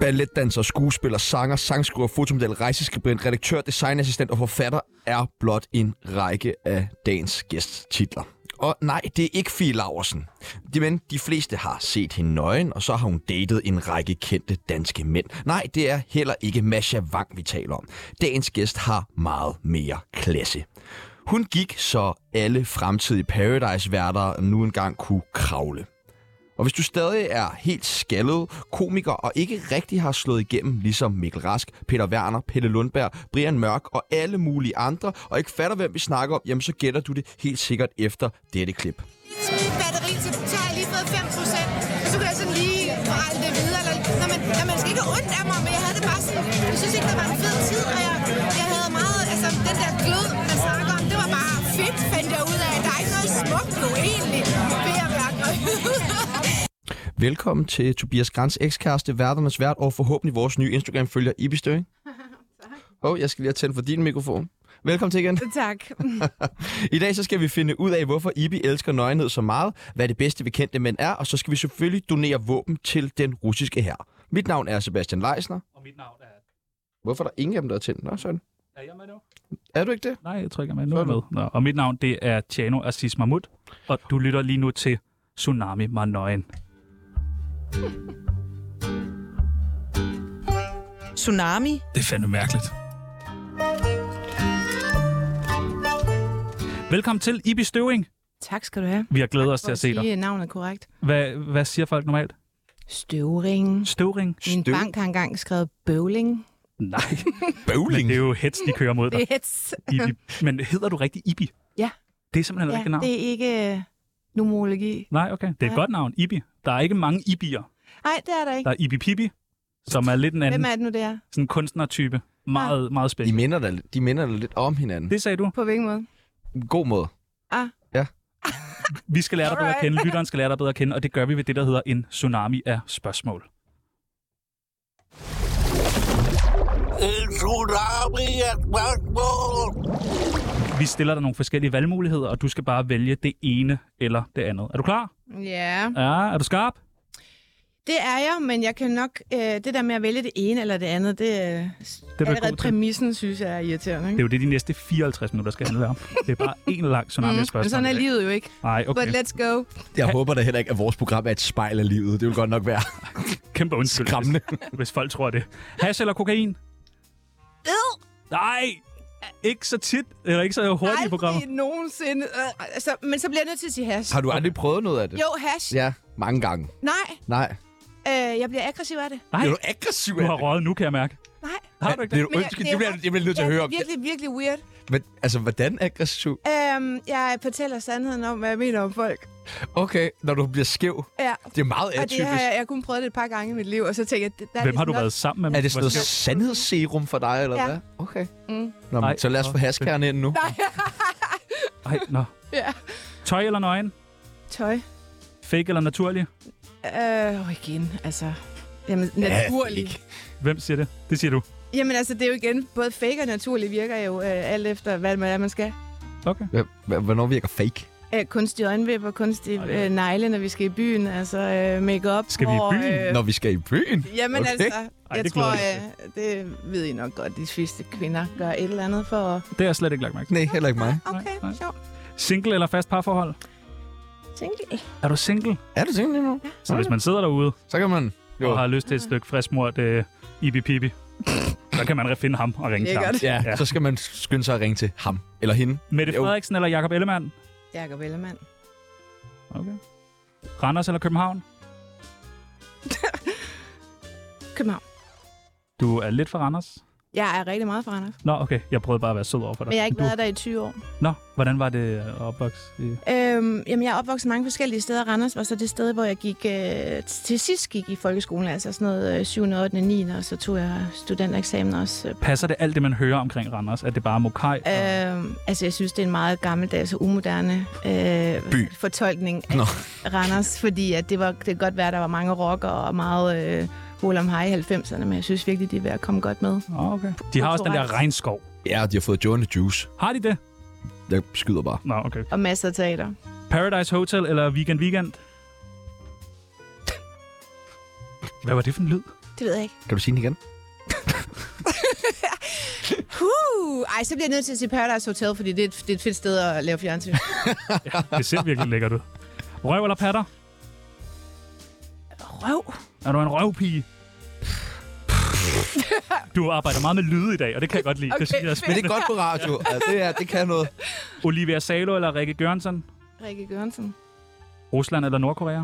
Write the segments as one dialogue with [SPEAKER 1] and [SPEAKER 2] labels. [SPEAKER 1] balletdanser, skuespiller, sanger, sangskriver, fotomodel, rejseskribent, redaktør, designassistent og forfatter er blot en række af dagens gæsttitler. Og nej, det er ikke Fie Laversen. De, men de fleste har set hende nøgen, og så har hun datet en række kendte danske mænd. Nej, det er heller ikke Masha Wang, vi taler om. Dagens gæst har meget mere klasse. Hun gik, så alle fremtidige Paradise-værter nu engang kunne kravle. Og hvis du stadig er helt skaldet, komiker og ikke rigtig har slået igennem, ligesom Mikkel Rask, Peter Werner, Pelle Lundberg, Brian Mørk og alle mulige andre, og ikke fatter, hvem vi snakker om, jamen så gætter du det helt sikkert efter dette klip.
[SPEAKER 2] mit batteri, så, så har jeg lige fået 5 procent. Så kan jeg sådan lige forrette det videre. Eller, når man, når man skal ikke have ondt af mig, men jeg havde det bare sådan, jeg synes ikke, det var en fed tid, og jeg, jeg havde meget, altså den der glød, man snakker om, det var bare fedt, fandt jeg ud af. Der er ikke noget smukt jo egentlig ved at være gravid.
[SPEAKER 1] Velkommen til Tobias Grans ekskæreste, værternes vært og forhåbentlig vores nye Instagram-følger, Ibi Støring. Åh, oh, jeg skal lige have tændt for din mikrofon. Velkommen til igen.
[SPEAKER 3] Tak.
[SPEAKER 1] I dag så skal vi finde ud af, hvorfor Ibi elsker nøgenhed så meget, hvad det bedste ved kendte mænd er, og så skal vi selvfølgelig donere våben til den russiske hær. Mit navn er Sebastian Leisner.
[SPEAKER 4] Og mit navn er...
[SPEAKER 1] Hvorfor er der ingen af dem, der er tændt? Nå, sådan.
[SPEAKER 4] Er jeg med nu?
[SPEAKER 1] Er du ikke det?
[SPEAKER 4] Nej, jeg tror ikke, jeg er med. Nu er
[SPEAKER 1] Så er
[SPEAKER 4] jeg med. Nå, og mit navn, det er Tjano Assis Mahmud. Og du lytter lige nu til Tsunami Manøjen.
[SPEAKER 5] Tsunami.
[SPEAKER 4] Det er fandme mærkeligt. Velkommen til Ibi Støving.
[SPEAKER 3] tak skal du have.
[SPEAKER 4] Vi har glædet os
[SPEAKER 3] For
[SPEAKER 4] til at se dig.
[SPEAKER 3] sige, navnet er korrekt.
[SPEAKER 4] Hvad, hvad siger folk normalt?
[SPEAKER 3] Støvringen.
[SPEAKER 4] Støvring?
[SPEAKER 3] Min
[SPEAKER 1] Støv-
[SPEAKER 3] bank har engang skrevet bøvling.
[SPEAKER 4] Nej, men
[SPEAKER 1] Bowling.
[SPEAKER 4] det er jo hets, de kører mod
[SPEAKER 3] Det
[SPEAKER 4] dig.
[SPEAKER 3] er et...
[SPEAKER 4] Ibi. Men hedder du rigtig Ibi?
[SPEAKER 3] Ja.
[SPEAKER 4] Det er simpelthen ja,
[SPEAKER 3] Ja,
[SPEAKER 4] rigtigt navn?
[SPEAKER 3] det er ikke øh, nomologi.
[SPEAKER 4] Nej, okay. Det er et
[SPEAKER 3] Nej.
[SPEAKER 4] godt navn. Ibi. Der er ikke mange Ibi'er.
[SPEAKER 3] Nej, det er der
[SPEAKER 4] Der
[SPEAKER 3] ikke.
[SPEAKER 4] er Ibi Pibi, som er lidt en anden
[SPEAKER 3] Hvem er det nu, det er?
[SPEAKER 4] sådan kunstnertype. Meget, meget
[SPEAKER 1] De
[SPEAKER 4] spændende.
[SPEAKER 1] minder, da, de minder da lidt om hinanden.
[SPEAKER 4] Det sagde du.
[SPEAKER 3] På hvilken måde?
[SPEAKER 1] God måde.
[SPEAKER 4] Vi skal lære dig bedre at kende, lytteren skal lære dig bedre at kende, og det gør vi ved det, der hedder en tsunami af spørgsmål.
[SPEAKER 6] En tsunami af spørgsmål.
[SPEAKER 4] Vi stiller dig nogle forskellige valgmuligheder, og du skal bare vælge det ene eller det andet. Er du klar?
[SPEAKER 3] Ja,
[SPEAKER 4] Ja, er du skarp?
[SPEAKER 3] det er jeg, men jeg kan nok... Øh, det der med at vælge det ene eller det andet, det, øh, det
[SPEAKER 4] du
[SPEAKER 3] er
[SPEAKER 4] god
[SPEAKER 3] allerede
[SPEAKER 4] til.
[SPEAKER 3] præmissen, synes jeg er irriterende.
[SPEAKER 4] Det er
[SPEAKER 3] Ikke?
[SPEAKER 4] jo det, de næste 54 minutter skal handle om. Det er bare en lang tsunami af
[SPEAKER 3] Mm. Men
[SPEAKER 4] spørgsmål.
[SPEAKER 3] sådan er livet jo ikke.
[SPEAKER 4] Nej,
[SPEAKER 3] But
[SPEAKER 4] okay.
[SPEAKER 3] let's go.
[SPEAKER 7] Jeg håber da heller ikke, at vores program er et spejl af livet. Det vil godt nok være
[SPEAKER 4] Kæmpe undskyld,
[SPEAKER 7] skræmmende.
[SPEAKER 4] hvis, hvis folk tror det. Hash eller kokain? Nej! Ikke så tit, eller ikke så hurtigt i programmet.
[SPEAKER 3] Aldrig nogensinde. Øh, altså, men så bliver jeg nødt til at sige hash.
[SPEAKER 1] Har du aldrig prøvet noget af det?
[SPEAKER 3] Jo, hash.
[SPEAKER 1] Ja, mange gange.
[SPEAKER 3] Nej,
[SPEAKER 1] Nej.
[SPEAKER 3] øh, jeg bliver aggressiv af det.
[SPEAKER 4] Nej,
[SPEAKER 7] Er du aggressiv?
[SPEAKER 4] du har røget nu, kan jeg mærke.
[SPEAKER 3] Nej.
[SPEAKER 4] Har du ikke
[SPEAKER 7] Det er
[SPEAKER 4] det?
[SPEAKER 7] du
[SPEAKER 3] Men jeg-
[SPEAKER 7] undskyld,
[SPEAKER 3] det er
[SPEAKER 7] det bliver jeg bliver nødt til at
[SPEAKER 3] Ja,
[SPEAKER 7] høre om.
[SPEAKER 3] virkelig, virkelig weird.
[SPEAKER 7] Men, altså, hvordan aggressiv?
[SPEAKER 3] Øhm, jeg fortæller sandheden om, hvad jeg mener om folk.
[SPEAKER 7] Okay, når du bliver skæv.
[SPEAKER 3] Ja.
[SPEAKER 7] Det er meget
[SPEAKER 3] Og det har
[SPEAKER 7] atypisk.
[SPEAKER 3] jeg, jeg har kun prøvet det et par gange i mit liv, og så tænker jeg... det- Der er
[SPEAKER 4] Hvem har du
[SPEAKER 3] ligesom
[SPEAKER 4] været sammen med?
[SPEAKER 7] Er det sådan noget
[SPEAKER 4] Mm. Måske-
[SPEAKER 7] sandhedsserum for dig, eller
[SPEAKER 3] Ja.
[SPEAKER 7] hvad? Okay.
[SPEAKER 3] Mm.
[SPEAKER 7] Nå,
[SPEAKER 4] Nej.
[SPEAKER 7] men, så lad os få haskerne ind nu.
[SPEAKER 4] Ej, nå.
[SPEAKER 3] Ja.
[SPEAKER 4] Tøj eller nøgen?
[SPEAKER 3] noget Tøj.
[SPEAKER 4] Fake eller naturlig?
[SPEAKER 3] Øh, og igen, altså... Jamen, naturlig.
[SPEAKER 7] ikke.
[SPEAKER 4] Hvem siger det? Det siger du.
[SPEAKER 3] Jamen, altså, det er jo igen... Både fake og naturlig virker jo øh, alt efter, hvad man, er, man skal.
[SPEAKER 4] Okay.
[SPEAKER 1] Hva- hva- Hvornår virker fake?
[SPEAKER 3] Øh, kunstig øjenvipper, kunstig
[SPEAKER 4] Ej, ja.
[SPEAKER 3] øh, negle, når vi skal i byen. Altså, øh, make-up.
[SPEAKER 4] Skal vi i
[SPEAKER 3] hår,
[SPEAKER 4] byen?
[SPEAKER 3] Øh,
[SPEAKER 1] Når vi skal i byen?
[SPEAKER 3] Jamen
[SPEAKER 1] Okay.
[SPEAKER 3] okay. altså,
[SPEAKER 4] Ej,
[SPEAKER 3] jeg
[SPEAKER 4] det
[SPEAKER 3] tror,
[SPEAKER 4] glæder
[SPEAKER 3] øh, det ved I nok godt, de fleste kvinder gør et eller andet for at...
[SPEAKER 4] Det har jeg slet ikke lagt mærke til.
[SPEAKER 1] Nej, heller ikke mig.
[SPEAKER 4] Nej, nej.
[SPEAKER 3] Okay, sjovt.
[SPEAKER 4] Single eller fast parforhold?
[SPEAKER 3] Single.
[SPEAKER 4] Er du single?
[SPEAKER 1] Er du single lige nu?
[SPEAKER 4] Så hvis man sidder derude
[SPEAKER 1] Så kan man... Jo.
[SPEAKER 4] og har lyst til et stykke friskmurt øh, Ibi Pibi, så kan man finde ham og ringe til ham.
[SPEAKER 3] Lækkert.
[SPEAKER 1] Ja,
[SPEAKER 4] Ja.
[SPEAKER 1] ja, så skal man skynde sig at ringe til ham eller hende.
[SPEAKER 4] Mette
[SPEAKER 1] Jo.
[SPEAKER 4] Frederiksen eller Jakob Ellemann?
[SPEAKER 3] Jakob Ellemann.
[SPEAKER 4] Okay. Randers eller København?
[SPEAKER 3] København.
[SPEAKER 4] Du er lidt for Randers.
[SPEAKER 3] Jeg er rigtig meget fra Randers,
[SPEAKER 4] Nå, okay. Jeg prøvede bare at være sød over for dig.
[SPEAKER 3] men jeg har ikke
[SPEAKER 4] du...
[SPEAKER 3] været der i 20 år.
[SPEAKER 4] Nå, hvordan var det at opvokse? i-
[SPEAKER 3] Øhm, jamen, jeg er opvokset mange forskellige steder. Randers var så det sted, hvor jeg gik, øh, til sidst gik i folkeskolen, altså sådan noget øh, 7. 8. 9. og så tog jeg studentereksamen også. Øh,
[SPEAKER 4] Passer det alt det, man hører omkring Randers? At det bare er Mokai? og-
[SPEAKER 3] Øhm, altså, jeg synes, det er en meget gammeldags og umoderne øh,
[SPEAKER 1] By.
[SPEAKER 3] fortolkning af
[SPEAKER 1] Nå.
[SPEAKER 3] Nå. Randers, fordi at det, var, det kan godt være, at der var mange rockere og meget øh, hul om hej i 90'erne, men jeg synes virkelig, de er ved at komme godt med.
[SPEAKER 4] Nå, okay. De har også den der
[SPEAKER 3] kulturelt.
[SPEAKER 4] regnskov.
[SPEAKER 1] Ja, de har fået Joe and the Juice.
[SPEAKER 4] Har de det?
[SPEAKER 1] Jeg skyder bare.
[SPEAKER 4] Nå, okay.
[SPEAKER 3] Og masser af teater.
[SPEAKER 4] Paradise Hotel eller Weekend Weekend? Hvad var det for en lyd?
[SPEAKER 3] Det ved jeg ikke.
[SPEAKER 1] Kan du sige den igen?
[SPEAKER 3] Huh! Ej, så bliver jeg nødt til at sige Paradise Hotel, fordi det er et, det er et fedt sted at lave fjernsyn.
[SPEAKER 4] Det ser virkelig lækkert ud. Røv eller patter?
[SPEAKER 3] Røv.
[SPEAKER 4] Er du en røvpige? Du arbejder meget med lyde i dag, og det kan jeg godt lide. Okay, det synes jeg er
[SPEAKER 1] Men
[SPEAKER 4] spændende.
[SPEAKER 1] det er godt på radio. Ja, det, er, det kan noget.
[SPEAKER 4] Olivia Salo eller Rikke Gørnsen?
[SPEAKER 3] Rikke Gørnsen.
[SPEAKER 4] Rusland eller Nordkorea?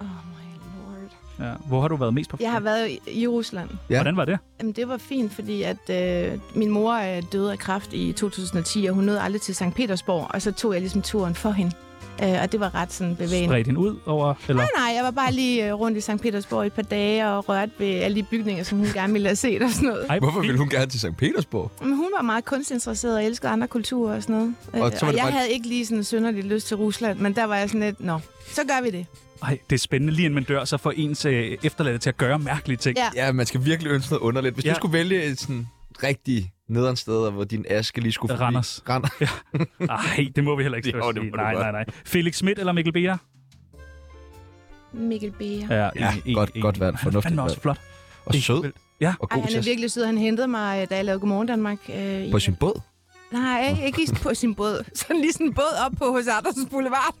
[SPEAKER 3] Oh my lord.
[SPEAKER 4] Ja. Hvor har du været mest på?
[SPEAKER 3] Jeg har været i, i Rusland.
[SPEAKER 1] Ja.
[SPEAKER 4] Hvordan var det?
[SPEAKER 3] Jamen, det var fint, fordi at øh, min mor øh, døde af kræft i 2010, og hun nåede aldrig til St. Petersborg, og så tog jeg ligesom turen for hende. Øh, og det var ret sådan bevægende.
[SPEAKER 4] Spredte hende ud over... Eller?
[SPEAKER 3] Nej, nej, jeg var bare lige øh, rundt i St. Petersborg i et par dage og rørte ved alle de bygninger, som hun gerne ville have set og sådan noget.
[SPEAKER 4] Ej,
[SPEAKER 1] Hvorfor ville hun gerne til St. Petersborg?
[SPEAKER 3] Men hun var meget kunstinteresseret og elskede andre kulturer og sådan noget. Øh,
[SPEAKER 1] var det
[SPEAKER 3] og jeg
[SPEAKER 1] bare-
[SPEAKER 3] havde ikke lige sådan synderlig lyst til Rusland, men der var jeg sådan lidt, nå, så gør vi det.
[SPEAKER 4] Ej, det er spændende. Lige inden man dør, så får ens øh, efterladte til at gøre mærkelige ting.
[SPEAKER 3] Ja.
[SPEAKER 1] Ja, man skal virkelig ønske noget underligt. Hvis ja.
[SPEAKER 4] Ja.
[SPEAKER 1] du skulle vælge et sådan rigtig nederen sted, hvor din aske lige skulle forbi.
[SPEAKER 4] Randers.
[SPEAKER 1] Randers.
[SPEAKER 4] Nej, det må vi heller ikke
[SPEAKER 1] Jo,
[SPEAKER 4] stå og
[SPEAKER 1] det
[SPEAKER 4] sige.
[SPEAKER 1] må du
[SPEAKER 4] Nej,
[SPEAKER 1] godt.
[SPEAKER 4] nej, nej. Felix Schmidt eller Mikkel Beer?
[SPEAKER 3] Mikkel Beer.
[SPEAKER 4] Ja,
[SPEAKER 1] godt- godt valg. Fornuftigt
[SPEAKER 4] Han var også
[SPEAKER 1] valg.
[SPEAKER 4] flot.
[SPEAKER 1] Og
[SPEAKER 4] Det er
[SPEAKER 1] sød.
[SPEAKER 4] vildt. Ja.
[SPEAKER 1] Og
[SPEAKER 3] Ej,
[SPEAKER 1] god
[SPEAKER 3] han
[SPEAKER 1] til
[SPEAKER 3] er
[SPEAKER 1] at-
[SPEAKER 3] virkelig sød. Han hentede mig, øh, da jeg lavede Godmorgen Danmark. Øh, i-
[SPEAKER 1] på sin båd.
[SPEAKER 3] Nej, ikke, ikke i- på sin båd. Sådan lige sådan en båd op på hos Andersens Boulevard.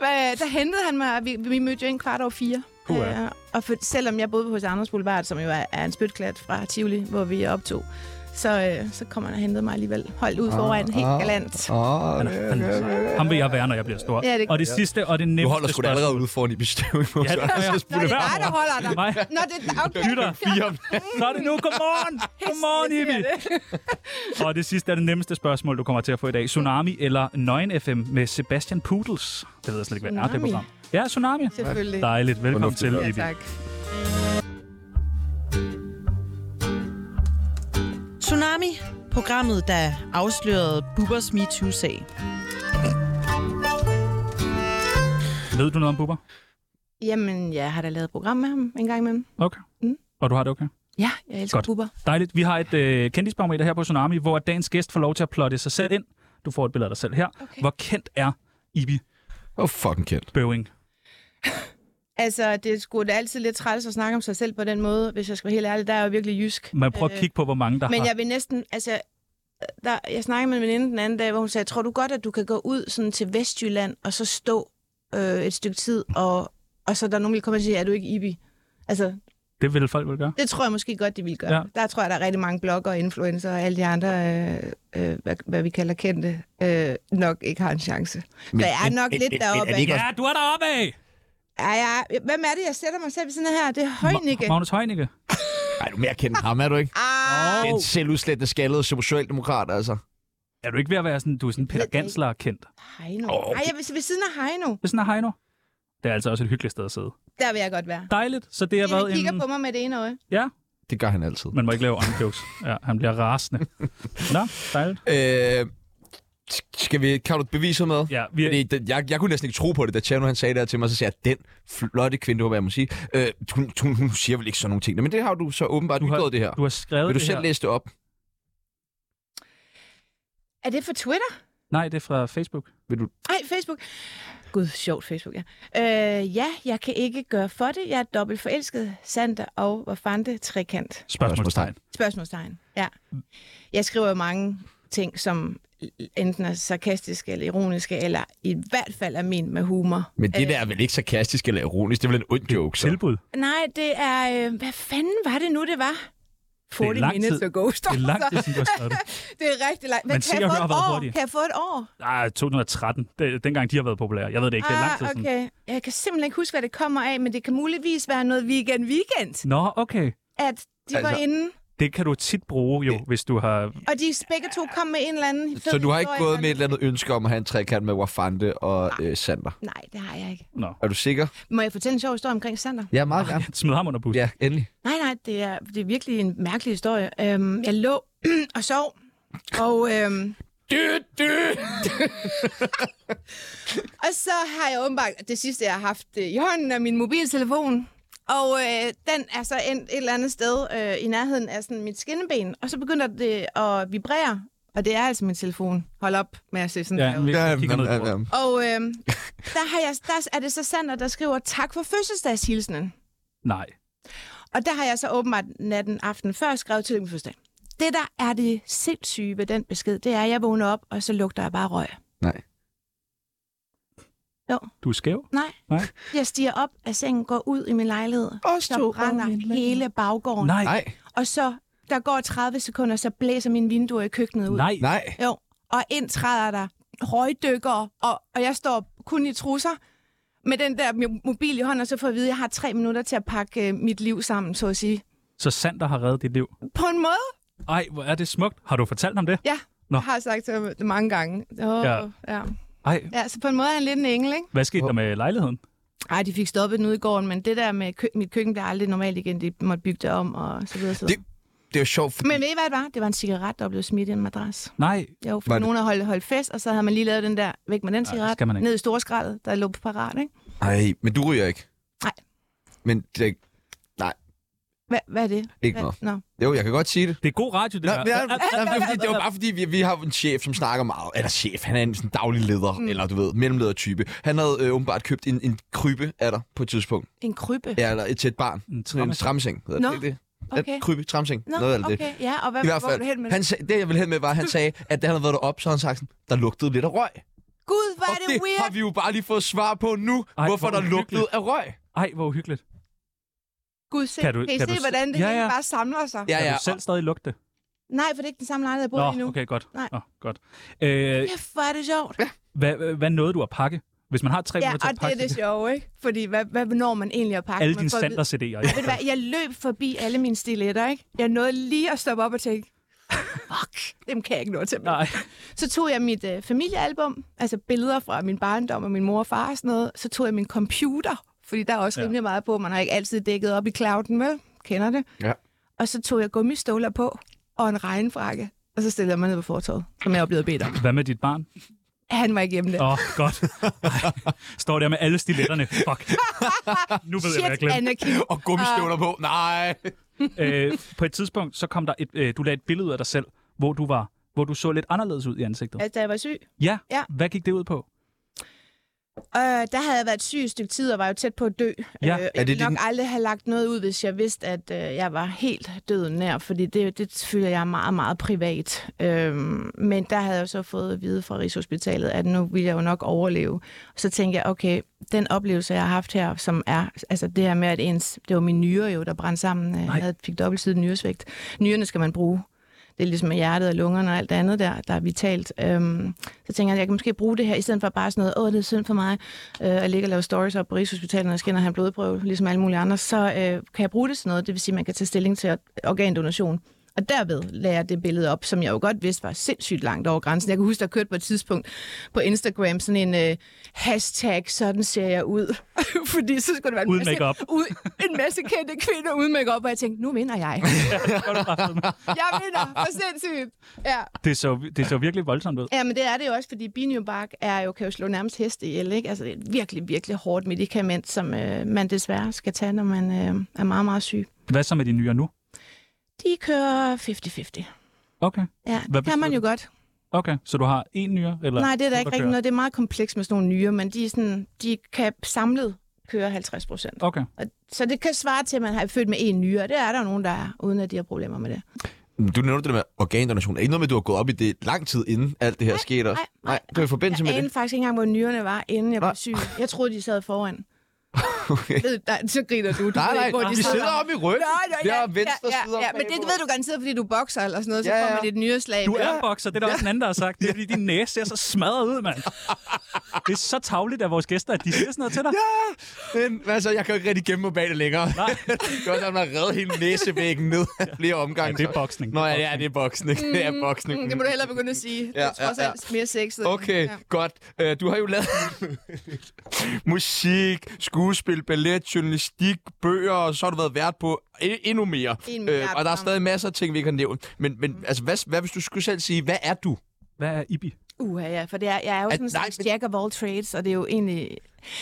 [SPEAKER 3] Men, der hentede han mig, og vi, vi mødte jo en kvart over fire.
[SPEAKER 4] Puha.
[SPEAKER 3] Øh, og for, selvom jeg boede hos Anders Boulevard, som jo er, er en spytklat fra Tivoli, hvor vi optog, så, øh, så kom han og hentede mig alligevel. Holdt
[SPEAKER 1] Ah,
[SPEAKER 3] ud foran, helt galant.
[SPEAKER 1] Åh, øh.
[SPEAKER 4] Han er fandme sød. Ham vil jeg være, når jeg bliver stor.
[SPEAKER 3] Ja, det-
[SPEAKER 4] og det sidste og det nemmeste
[SPEAKER 1] du holder sgu da allerede ude foran i bestøvning.
[SPEAKER 4] Ja, det gør jeg.
[SPEAKER 3] Nå, det er dig, der holder Mm. dig.
[SPEAKER 4] Nej.
[SPEAKER 3] Nå, det er okay.
[SPEAKER 4] Lytter. Så er det nu. Godmorgen. Godmorgen, Ibi. Og det sidste er det nemmeste spørgsmål, du kommer til at få i dag. Tsunami eller 9FM med Sebastian Pudels? Det ved jeg slet ikke, hvad er det
[SPEAKER 3] Tsunami.
[SPEAKER 4] program. Ja, Tsunami.
[SPEAKER 3] Selvfølgelig.
[SPEAKER 4] Dejligt. Velkommen
[SPEAKER 1] Fornuftigt
[SPEAKER 4] til,
[SPEAKER 1] valg.
[SPEAKER 3] Ja,
[SPEAKER 4] Ibi.
[SPEAKER 3] tak.
[SPEAKER 5] Tsunami, programmet, der afslørede Bubbers MeToo-sag.
[SPEAKER 4] Ved du noget om Bubber?
[SPEAKER 3] Jamen, jeg har da lavet et program med ham en gang imellem.
[SPEAKER 4] Okay.
[SPEAKER 3] Mm.
[SPEAKER 4] Og du har det okay?
[SPEAKER 3] Ja, jeg elsker
[SPEAKER 4] Godt.
[SPEAKER 3] buber.
[SPEAKER 4] Dejligt. Vi har et øh, kendisbarometer her på Tsunami, hvor dagens gæst får lov til at plotte sig selv ind. Du får et billede af dig selv her.
[SPEAKER 3] Okay.
[SPEAKER 4] Hvor kendt er Ibi
[SPEAKER 1] Åh, oh, fucking kendt.
[SPEAKER 4] Bøving?
[SPEAKER 3] Altså, det er sgu da altid lidt træls at snakke om sig selv på den måde, hvis jeg skal være helt ærlig. Der er jeg jo virkelig jysk.
[SPEAKER 4] Man prøver at kigge på, hvor mange der
[SPEAKER 3] Øh, Men
[SPEAKER 4] har.
[SPEAKER 3] jeg vil næsten, altså, der, jeg snakkede med en veninde den anden dag, hvor hun sagde, tror du godt, at du kan gå ud sådan til Vestjylland, og så stå øh, et stykke tid, og, og så er der nogen, der kommer og siger, er du ikke Ibi? Altså,
[SPEAKER 4] Det vil folk vel gøre.
[SPEAKER 3] det tror jeg måske godt, de vil gøre.
[SPEAKER 4] Ja.
[SPEAKER 3] Ja. Der tror jeg, der er rigtig mange blogger og influencer og alle de andre, øh, øh, hvad, hvad vi kalder kendte, øh, nok ikke har en chance. Men, der er nok men, lidt deroppe. af.
[SPEAKER 4] Ja, du er deroppe af!
[SPEAKER 3] Ja, ja. Hvem er det, jeg sætter mig selv ved siden af her? Det er Højnikke.
[SPEAKER 4] Magnus Heunicke.
[SPEAKER 1] Nej, du er mere kendt end ham, er du ikke?
[SPEAKER 3] Ah,
[SPEAKER 1] Den selvudslættende skaldede socialdemokrat, altså.
[SPEAKER 4] Er du ikke ved at være sådan, du er sådan Peter
[SPEAKER 3] Ved det ikke.
[SPEAKER 4] Gansler kendt?
[SPEAKER 3] Heino. Ej, jeg vil ved siden af Heino.
[SPEAKER 4] Hvis sådan er Heino. Det er altså også et hyggeligt sted at sidde.
[SPEAKER 3] Der vil jeg godt være.
[SPEAKER 4] Dejligt, så det har
[SPEAKER 3] Jeg
[SPEAKER 4] været
[SPEAKER 3] kigger
[SPEAKER 4] en...
[SPEAKER 3] på mig med det ene øje.
[SPEAKER 4] Ja,
[SPEAKER 1] Det gør han altid.
[SPEAKER 4] man må ikke lave on jokes. Ja, han bliver rasende. Nå, dejligt.
[SPEAKER 1] Øh, skal vi, kan du bevise med?
[SPEAKER 4] Ja, vi er...
[SPEAKER 1] Fordi den, jeg, jeg kunne næsten ikke tro på det, da Tjerno han sagde det her til mig, så sagde jeg, den flotte kvinde, håber jeg, jeg må sige, øh, hun, hun, hun, siger vel ikke sådan nogle ting. Nå, Men det har du så åbenbart
[SPEAKER 4] Du har-
[SPEAKER 1] ytret det her.
[SPEAKER 4] Du har skrevet
[SPEAKER 1] Vil du
[SPEAKER 4] det
[SPEAKER 1] selv
[SPEAKER 4] her.
[SPEAKER 1] læse det op?
[SPEAKER 3] Er det for Twitter?
[SPEAKER 4] Nej, det er fra Facebook.
[SPEAKER 3] Nej, Facebook. Gud, sjovt Facebook, ja. Øh, ja, jeg kan ikke gøre for det. Jeg er dobbelt forelsket. Santa og hvor fanden trekant.
[SPEAKER 4] Spørgsmålstegn.
[SPEAKER 3] Spørgsmålstegn. Ja. Jeg skriver jo mange ting, som enten er sarkastiske eller ironiske, eller i hvert fald er min med humor.
[SPEAKER 1] Men det der er vel ikke sarkastisk eller ironisk, det er vel en ond joke, så.
[SPEAKER 4] Tilbud.
[SPEAKER 3] Nej, det er... Øh, hvad fanden var det nu, det var? 40
[SPEAKER 4] lang tid-
[SPEAKER 3] minutes ago, står
[SPEAKER 4] Det er langt,
[SPEAKER 3] der.
[SPEAKER 4] det du har skrevet det.
[SPEAKER 3] Det er rigtig langt. Men,
[SPEAKER 4] Men
[SPEAKER 3] kan,
[SPEAKER 4] Se
[SPEAKER 3] jeg
[SPEAKER 4] og
[SPEAKER 3] få
[SPEAKER 4] Hør
[SPEAKER 3] et
[SPEAKER 4] har været
[SPEAKER 3] år?
[SPEAKER 4] hurtige.
[SPEAKER 3] kan jeg få et år?
[SPEAKER 4] Ah, 2013. Det, dengang de har været populære. Jeg ved det ikke. Det er lang tid siden.
[SPEAKER 3] Ah, okay. Jeg kan simpelthen ikke huske, hvad det kommer af, men det kan muligvis være noget weekend-weekend,
[SPEAKER 4] Nå, okay.
[SPEAKER 3] at de altså, var
[SPEAKER 1] Altså-
[SPEAKER 3] inde,
[SPEAKER 4] Det kan du tit bruge jo, hvis du har...
[SPEAKER 3] og de begge to kom med en eller anden fed
[SPEAKER 1] Så du har ikke
[SPEAKER 3] historie,
[SPEAKER 1] gået med et
[SPEAKER 3] eller-
[SPEAKER 1] eller andet ønske om at have en trekant med Wafante og øh, Sander?
[SPEAKER 3] Nej, det har jeg ikke.
[SPEAKER 4] Nå.
[SPEAKER 1] Er du sikker?
[SPEAKER 3] Må jeg fortælle en sjov historie omkring Sander?
[SPEAKER 1] Ja, meget gerne.
[SPEAKER 4] Smid ham under bussen.
[SPEAKER 1] Ja, endelig.
[SPEAKER 3] Nej, nej, det er, det er virkelig en mærkelig historie. Øhm, jeg lå og sov, og... Øhm,
[SPEAKER 1] Dyt, dyt.
[SPEAKER 3] Og så har jeg åbenbart det sidste, jeg har haft øh, i hånden, er min mobiltelefon. Og øh, den er så endt et eller andet sted øh, i nærheden af sådan mit skinneben. Og så begynder det at vibrere. Og det er altså min telefon. Hold op med at se sådan
[SPEAKER 4] Ja,
[SPEAKER 3] der ud.
[SPEAKER 4] vi kigger ned på.
[SPEAKER 3] Og øh, der, har jeg, der er det så Sander, der skriver tak for fødselsdagshilsenen.
[SPEAKER 4] Nej.
[SPEAKER 3] Og der har jeg så åbenbart natten aften før skrevet til min fødselsdag. Det, der er det sindssyge ved den besked, det er, at jeg vågner op, og så lugter jeg bare røg.
[SPEAKER 1] Nej.
[SPEAKER 4] Du er skæv.
[SPEAKER 3] Nej.
[SPEAKER 4] Nej.
[SPEAKER 3] Jeg stiger op af sengen, går ud i min lejlighed. Og så brænder hele baggården.
[SPEAKER 4] Nej.
[SPEAKER 1] Nej.
[SPEAKER 3] Og så, der går 30 sekunder, så blæser mine vinduer i køkkenet ud.
[SPEAKER 4] Nej.
[SPEAKER 1] Nej.
[SPEAKER 3] Jo, og ind træder der røgdykker, og, og jeg står kun i trusser med den der mi- mobil i hånden, og så får jeg at vide, at jeg har tre minutter til at pakke øh, mit liv sammen, så at sige.
[SPEAKER 4] Så Sander har reddet dit liv.
[SPEAKER 3] På en måde,
[SPEAKER 4] Ej, hvor er det smukt. Har du fortalt ham det?
[SPEAKER 3] ja.
[SPEAKER 4] Nå.
[SPEAKER 3] Nå. Jeg har sagt til ham det mange gange. Oh,
[SPEAKER 4] Ja.
[SPEAKER 3] ja. ja.
[SPEAKER 4] Ej,
[SPEAKER 3] Ja, så på en måde er han lidt en engel, ikke?
[SPEAKER 4] hvad skete der med lejligheden?
[SPEAKER 3] Ej, de fik stoppet den ude i gården, men det der med kø- mit køkken bliver aldrig normalt igen. De måtte bygge det om, og så videre. Så.
[SPEAKER 1] Det,
[SPEAKER 3] videre.
[SPEAKER 1] det er jo sjovt, fordi
[SPEAKER 3] Men ved I, hvad det var? Det var en cigaret, der blev smidt i en madras.
[SPEAKER 4] Nej.
[SPEAKER 3] Jo,
[SPEAKER 1] Var
[SPEAKER 3] for
[SPEAKER 1] det-
[SPEAKER 3] nogen havde holdt, holdt fest, og så havde man lige lavet den der, væk med den cigaret,
[SPEAKER 4] skal man ikke.
[SPEAKER 3] ned i storskraldet, der lå på parat, ikke?
[SPEAKER 1] Nej, men du ryger ikke.
[SPEAKER 3] Nej.
[SPEAKER 1] Men det,
[SPEAKER 3] Hvad, hvad er det?
[SPEAKER 1] Ikke
[SPEAKER 3] hvad?
[SPEAKER 1] noget.
[SPEAKER 3] Nå.
[SPEAKER 1] jo, jeg kan godt sige det.
[SPEAKER 4] Det er god radio, det
[SPEAKER 1] Nå,
[SPEAKER 4] der.
[SPEAKER 1] men, nej, nej, det, er fordi, det var bare fordi, vi, vi har en chef, som snakker meget. Eller chef, han er en sådan daglig leder, mm. eller du ved, mellemledertype. Han havde øh, åbenbart købt en, en krybe af dig på et tidspunkt.
[SPEAKER 3] En krybbe?
[SPEAKER 1] Ja, eller et- til et barn.
[SPEAKER 4] En
[SPEAKER 1] Sådan en
[SPEAKER 4] trammeseng.
[SPEAKER 1] stramseng. hedder det ikke
[SPEAKER 3] Nå,
[SPEAKER 1] det?
[SPEAKER 3] okay.
[SPEAKER 1] En krybe, tramseng.
[SPEAKER 3] Nå,
[SPEAKER 1] noget af det.
[SPEAKER 3] okay. Ja, og hvad,
[SPEAKER 1] I hvert
[SPEAKER 3] hvor var du hen
[SPEAKER 1] fald,
[SPEAKER 3] med
[SPEAKER 1] han sag, det jeg ville hen med var, at han sagde, at da han havde været deroppe, så havde han sagt, sådan, der lugtede lidt af røg.
[SPEAKER 3] det? Gud, hvor
[SPEAKER 1] og
[SPEAKER 3] er det,
[SPEAKER 1] det har
[SPEAKER 3] weird!
[SPEAKER 1] vi jo bare lige fået svar på nu,
[SPEAKER 4] Ej,
[SPEAKER 1] Ej, hvorfor
[SPEAKER 4] hvor
[SPEAKER 1] der
[SPEAKER 4] uhyggeligt.
[SPEAKER 1] lugtede af røg.
[SPEAKER 4] Ej, hvor uhyggeligt.
[SPEAKER 3] Gud, se,
[SPEAKER 4] Kan
[SPEAKER 3] kan,
[SPEAKER 4] du-
[SPEAKER 3] du, kan I
[SPEAKER 4] kan
[SPEAKER 3] se,
[SPEAKER 4] du-
[SPEAKER 3] hvordan det
[SPEAKER 4] Ja,
[SPEAKER 3] ja, ja.
[SPEAKER 4] ja.
[SPEAKER 3] bare samler sig?
[SPEAKER 1] Ja,
[SPEAKER 4] Kan
[SPEAKER 1] ja.
[SPEAKER 4] du selv stadig lugte det?
[SPEAKER 3] Nej, for det er ikke den samme lejlighed, jeg bor i
[SPEAKER 4] Nå,
[SPEAKER 3] nu.
[SPEAKER 4] okay, godt.
[SPEAKER 3] Nej.
[SPEAKER 4] Nå, godt. Øh,
[SPEAKER 3] Kæft, hvor er det sjovt. Ja,
[SPEAKER 4] hvad, hvad nåede du at pakke? Hvis man har tre
[SPEAKER 3] ja
[SPEAKER 4] minutter til
[SPEAKER 3] og
[SPEAKER 4] at
[SPEAKER 3] det
[SPEAKER 4] pakke
[SPEAKER 3] er det sjove, ikke? Fordi hvad, hvad når man egentlig at pakke?
[SPEAKER 4] alle
[SPEAKER 3] Man
[SPEAKER 4] dine
[SPEAKER 3] får at vide-
[SPEAKER 4] Sander-CD'er.
[SPEAKER 3] Ved du hvad, jeg løb forbi alle mine stiletter, ikke? Jeg nåede lige at stoppe op og tænke, fuck, dem kan jeg ikke nå til.
[SPEAKER 4] Nej.
[SPEAKER 3] Så tog jeg mit øh, familiealbum, altså billeder fra min barndom og min mor og far og sådan noget. Så tog jeg min computer, fordi der er også
[SPEAKER 4] Ja.
[SPEAKER 3] rimelig meget på. Man har ikke altid dækket op i clouden, vel? Kender det.
[SPEAKER 1] Ja.
[SPEAKER 3] Og så tog jeg gummistøvler på og en regnfrakke. Og så stillede jeg mig ned på fortorvet, som jeg var blevet bedt om.
[SPEAKER 4] Hvad med dit barn?
[SPEAKER 3] Han var ikke hjemme der.
[SPEAKER 4] Åh, oh, godt. Ej, Står der med alle stiletterne. Fuck. Nu ved jeg, hvad jeg
[SPEAKER 3] Shit,
[SPEAKER 4] glemte.
[SPEAKER 3] Anna Kim.
[SPEAKER 1] Og gummistøvler på. Nej.
[SPEAKER 4] øh, på et tidspunkt, så kom der et, øh, du lagde et billede ud af dig selv, hvor du var hvor du så lidt anderledes ud i ansigtet.
[SPEAKER 3] Altså, da jeg var syg,
[SPEAKER 4] Ja.
[SPEAKER 3] ja.
[SPEAKER 4] Hvad gik det ud på?
[SPEAKER 3] øh, der havde jeg været syg et stykke tid og var jo tæt på at dø.
[SPEAKER 4] Ja.
[SPEAKER 3] Øh, jeg
[SPEAKER 1] Er det
[SPEAKER 3] ville nok
[SPEAKER 1] din-
[SPEAKER 3] aldrig have lagt noget ud, hvis jeg vidste, at øh, jeg var helt døden nær, fordi det, det føler jeg er meget, meget privat. Øhm, men der havde jeg jo så fået at vide fra Rigshospitalet, at nu ville jeg jo nok overleve. Og så tænkte jeg, okay, den oplevelse, jeg har haft her, som er, altså det her med, at ens, det var min nyre jo, der brændte sammen. Øh, Jeg havde, fik dobbeltsidig nyresvægt. Nyrerne skal man bruge. Det er ligesom med hjertet og lungerne og alt det andet der, der er vitalt. Øhm, så tænker jeg, at jeg kan måske bruge det her, i stedet for bare sådan noget, åh, det er synd for mig, øh, at ligge og lave stories op på Rigshospitalet, når jeg skal ind og have en blodprøve, ligesom alle mulige andre, så øh, kan jeg bruge det sådan noget. Det vil sige, at man kan tage stilling til or- organdonation. Og derved lagde jeg det billede op, som jeg jo godt vidste var sindssygt langt over grænsen. Jeg kan huske, der kørte på et tidspunkt på Instagram sådan en øh, hashtag, sådan ser jeg ud. Fordi så skulle det være en
[SPEAKER 4] Uden
[SPEAKER 3] masse,
[SPEAKER 4] makeup.
[SPEAKER 3] ud, en masse kendte kvinder uden makeup, og jeg tænkte, nu vinder jeg. jeg vinder, for sindssygt. Ja.
[SPEAKER 4] Det så, det så virkelig voldsomt ud.
[SPEAKER 3] Ja, men det er det jo også, fordi biniobark er jo, kan jo slå nærmest heste ihjel, ikke? Altså, det er et virkelig, virkelig hårdt medicament, som øh, man desværre skal tage, når man øh, er meget, meget syg.
[SPEAKER 4] Hvad så med dine nyere nu?
[SPEAKER 3] De kører 50-50.
[SPEAKER 4] Okay,
[SPEAKER 3] Ja,
[SPEAKER 4] Hvad
[SPEAKER 3] det kan man
[SPEAKER 4] betyder
[SPEAKER 3] jo godt.
[SPEAKER 4] okay. Så du har én nyere? Eller
[SPEAKER 3] Nej, det er
[SPEAKER 4] to,
[SPEAKER 3] der ikke
[SPEAKER 4] kører?
[SPEAKER 3] rigtig noget. Det er meget komplekst med sådan nogle nyere, men de, er sådan, de kan samlet køre 50 procent.
[SPEAKER 4] Okay.
[SPEAKER 3] Så det kan svare til, at man har født med en nyere. Det er der jo nogen, der er, uden at de har problemer med det.
[SPEAKER 1] Du nævner det der med organdonation. Er det ikke noget med, at du har gået op i det lang tid inden alt det her skete også?
[SPEAKER 3] nej, nej,
[SPEAKER 1] det var i forbindelse
[SPEAKER 3] Jeg
[SPEAKER 1] med
[SPEAKER 3] anede
[SPEAKER 1] det.
[SPEAKER 3] faktisk ikke engang, hvor nyrerne var, inden jeg
[SPEAKER 1] Nej.
[SPEAKER 3] blev syg. Jeg troede, de sad foran.
[SPEAKER 1] Okay.
[SPEAKER 3] Ved, nej, så griner du. du
[SPEAKER 1] Nej,
[SPEAKER 3] ved
[SPEAKER 1] nej,
[SPEAKER 3] ikke, hvor
[SPEAKER 1] de sidder oppe i ryggen.
[SPEAKER 3] Nå, nå,
[SPEAKER 1] Det er venstre
[SPEAKER 3] ja,
[SPEAKER 1] side
[SPEAKER 3] ja, ja, men det ved du garanteret, fordi du bokser eller sådan noget, så
[SPEAKER 1] Ja,
[SPEAKER 3] ja,
[SPEAKER 1] ja.
[SPEAKER 3] får man et nyreslag.
[SPEAKER 4] Du er bokser, det er der også en anden, der har sagt. Det er, fordi din næse ser så smadret ud, mand. Det er så tavligt af vores gæster, at de siger sådan noget til dig.
[SPEAKER 1] Men altså, jeg kan jo ikke rigtig gemme mig bag det længere. Nej. det gør, at man redder hele næsevæggen ned af flere omgange.
[SPEAKER 4] Ja, det er boksning.
[SPEAKER 1] Nå, ja, ja, det er boksning. Det er boksning.
[SPEAKER 3] Mm, det må du hellere begynde at sige. Ja, det er trods
[SPEAKER 1] ja, ja.
[SPEAKER 3] alt mere sexet.
[SPEAKER 1] Okay,
[SPEAKER 3] Ja.
[SPEAKER 1] godt. Øh, Du har jo lavet musik, skuespil, ballet, journalistik, bøger, og så har du været vært på e- endnu mere.
[SPEAKER 3] En milliard
[SPEAKER 1] og der er
[SPEAKER 3] programmer.
[SPEAKER 1] stadig masser af ting, vi ikke har nævnt. Men,
[SPEAKER 3] Mm.
[SPEAKER 1] men altså, hvad, hvad hvis du skulle selv sige, hvad er du?
[SPEAKER 4] Hvad er Ibi?
[SPEAKER 3] Uha, ja, for det er, jeg er jo
[SPEAKER 1] At-
[SPEAKER 3] sådan en
[SPEAKER 1] nej,
[SPEAKER 3] slags
[SPEAKER 1] men-
[SPEAKER 3] jack of all trades, og det er jo egentlig...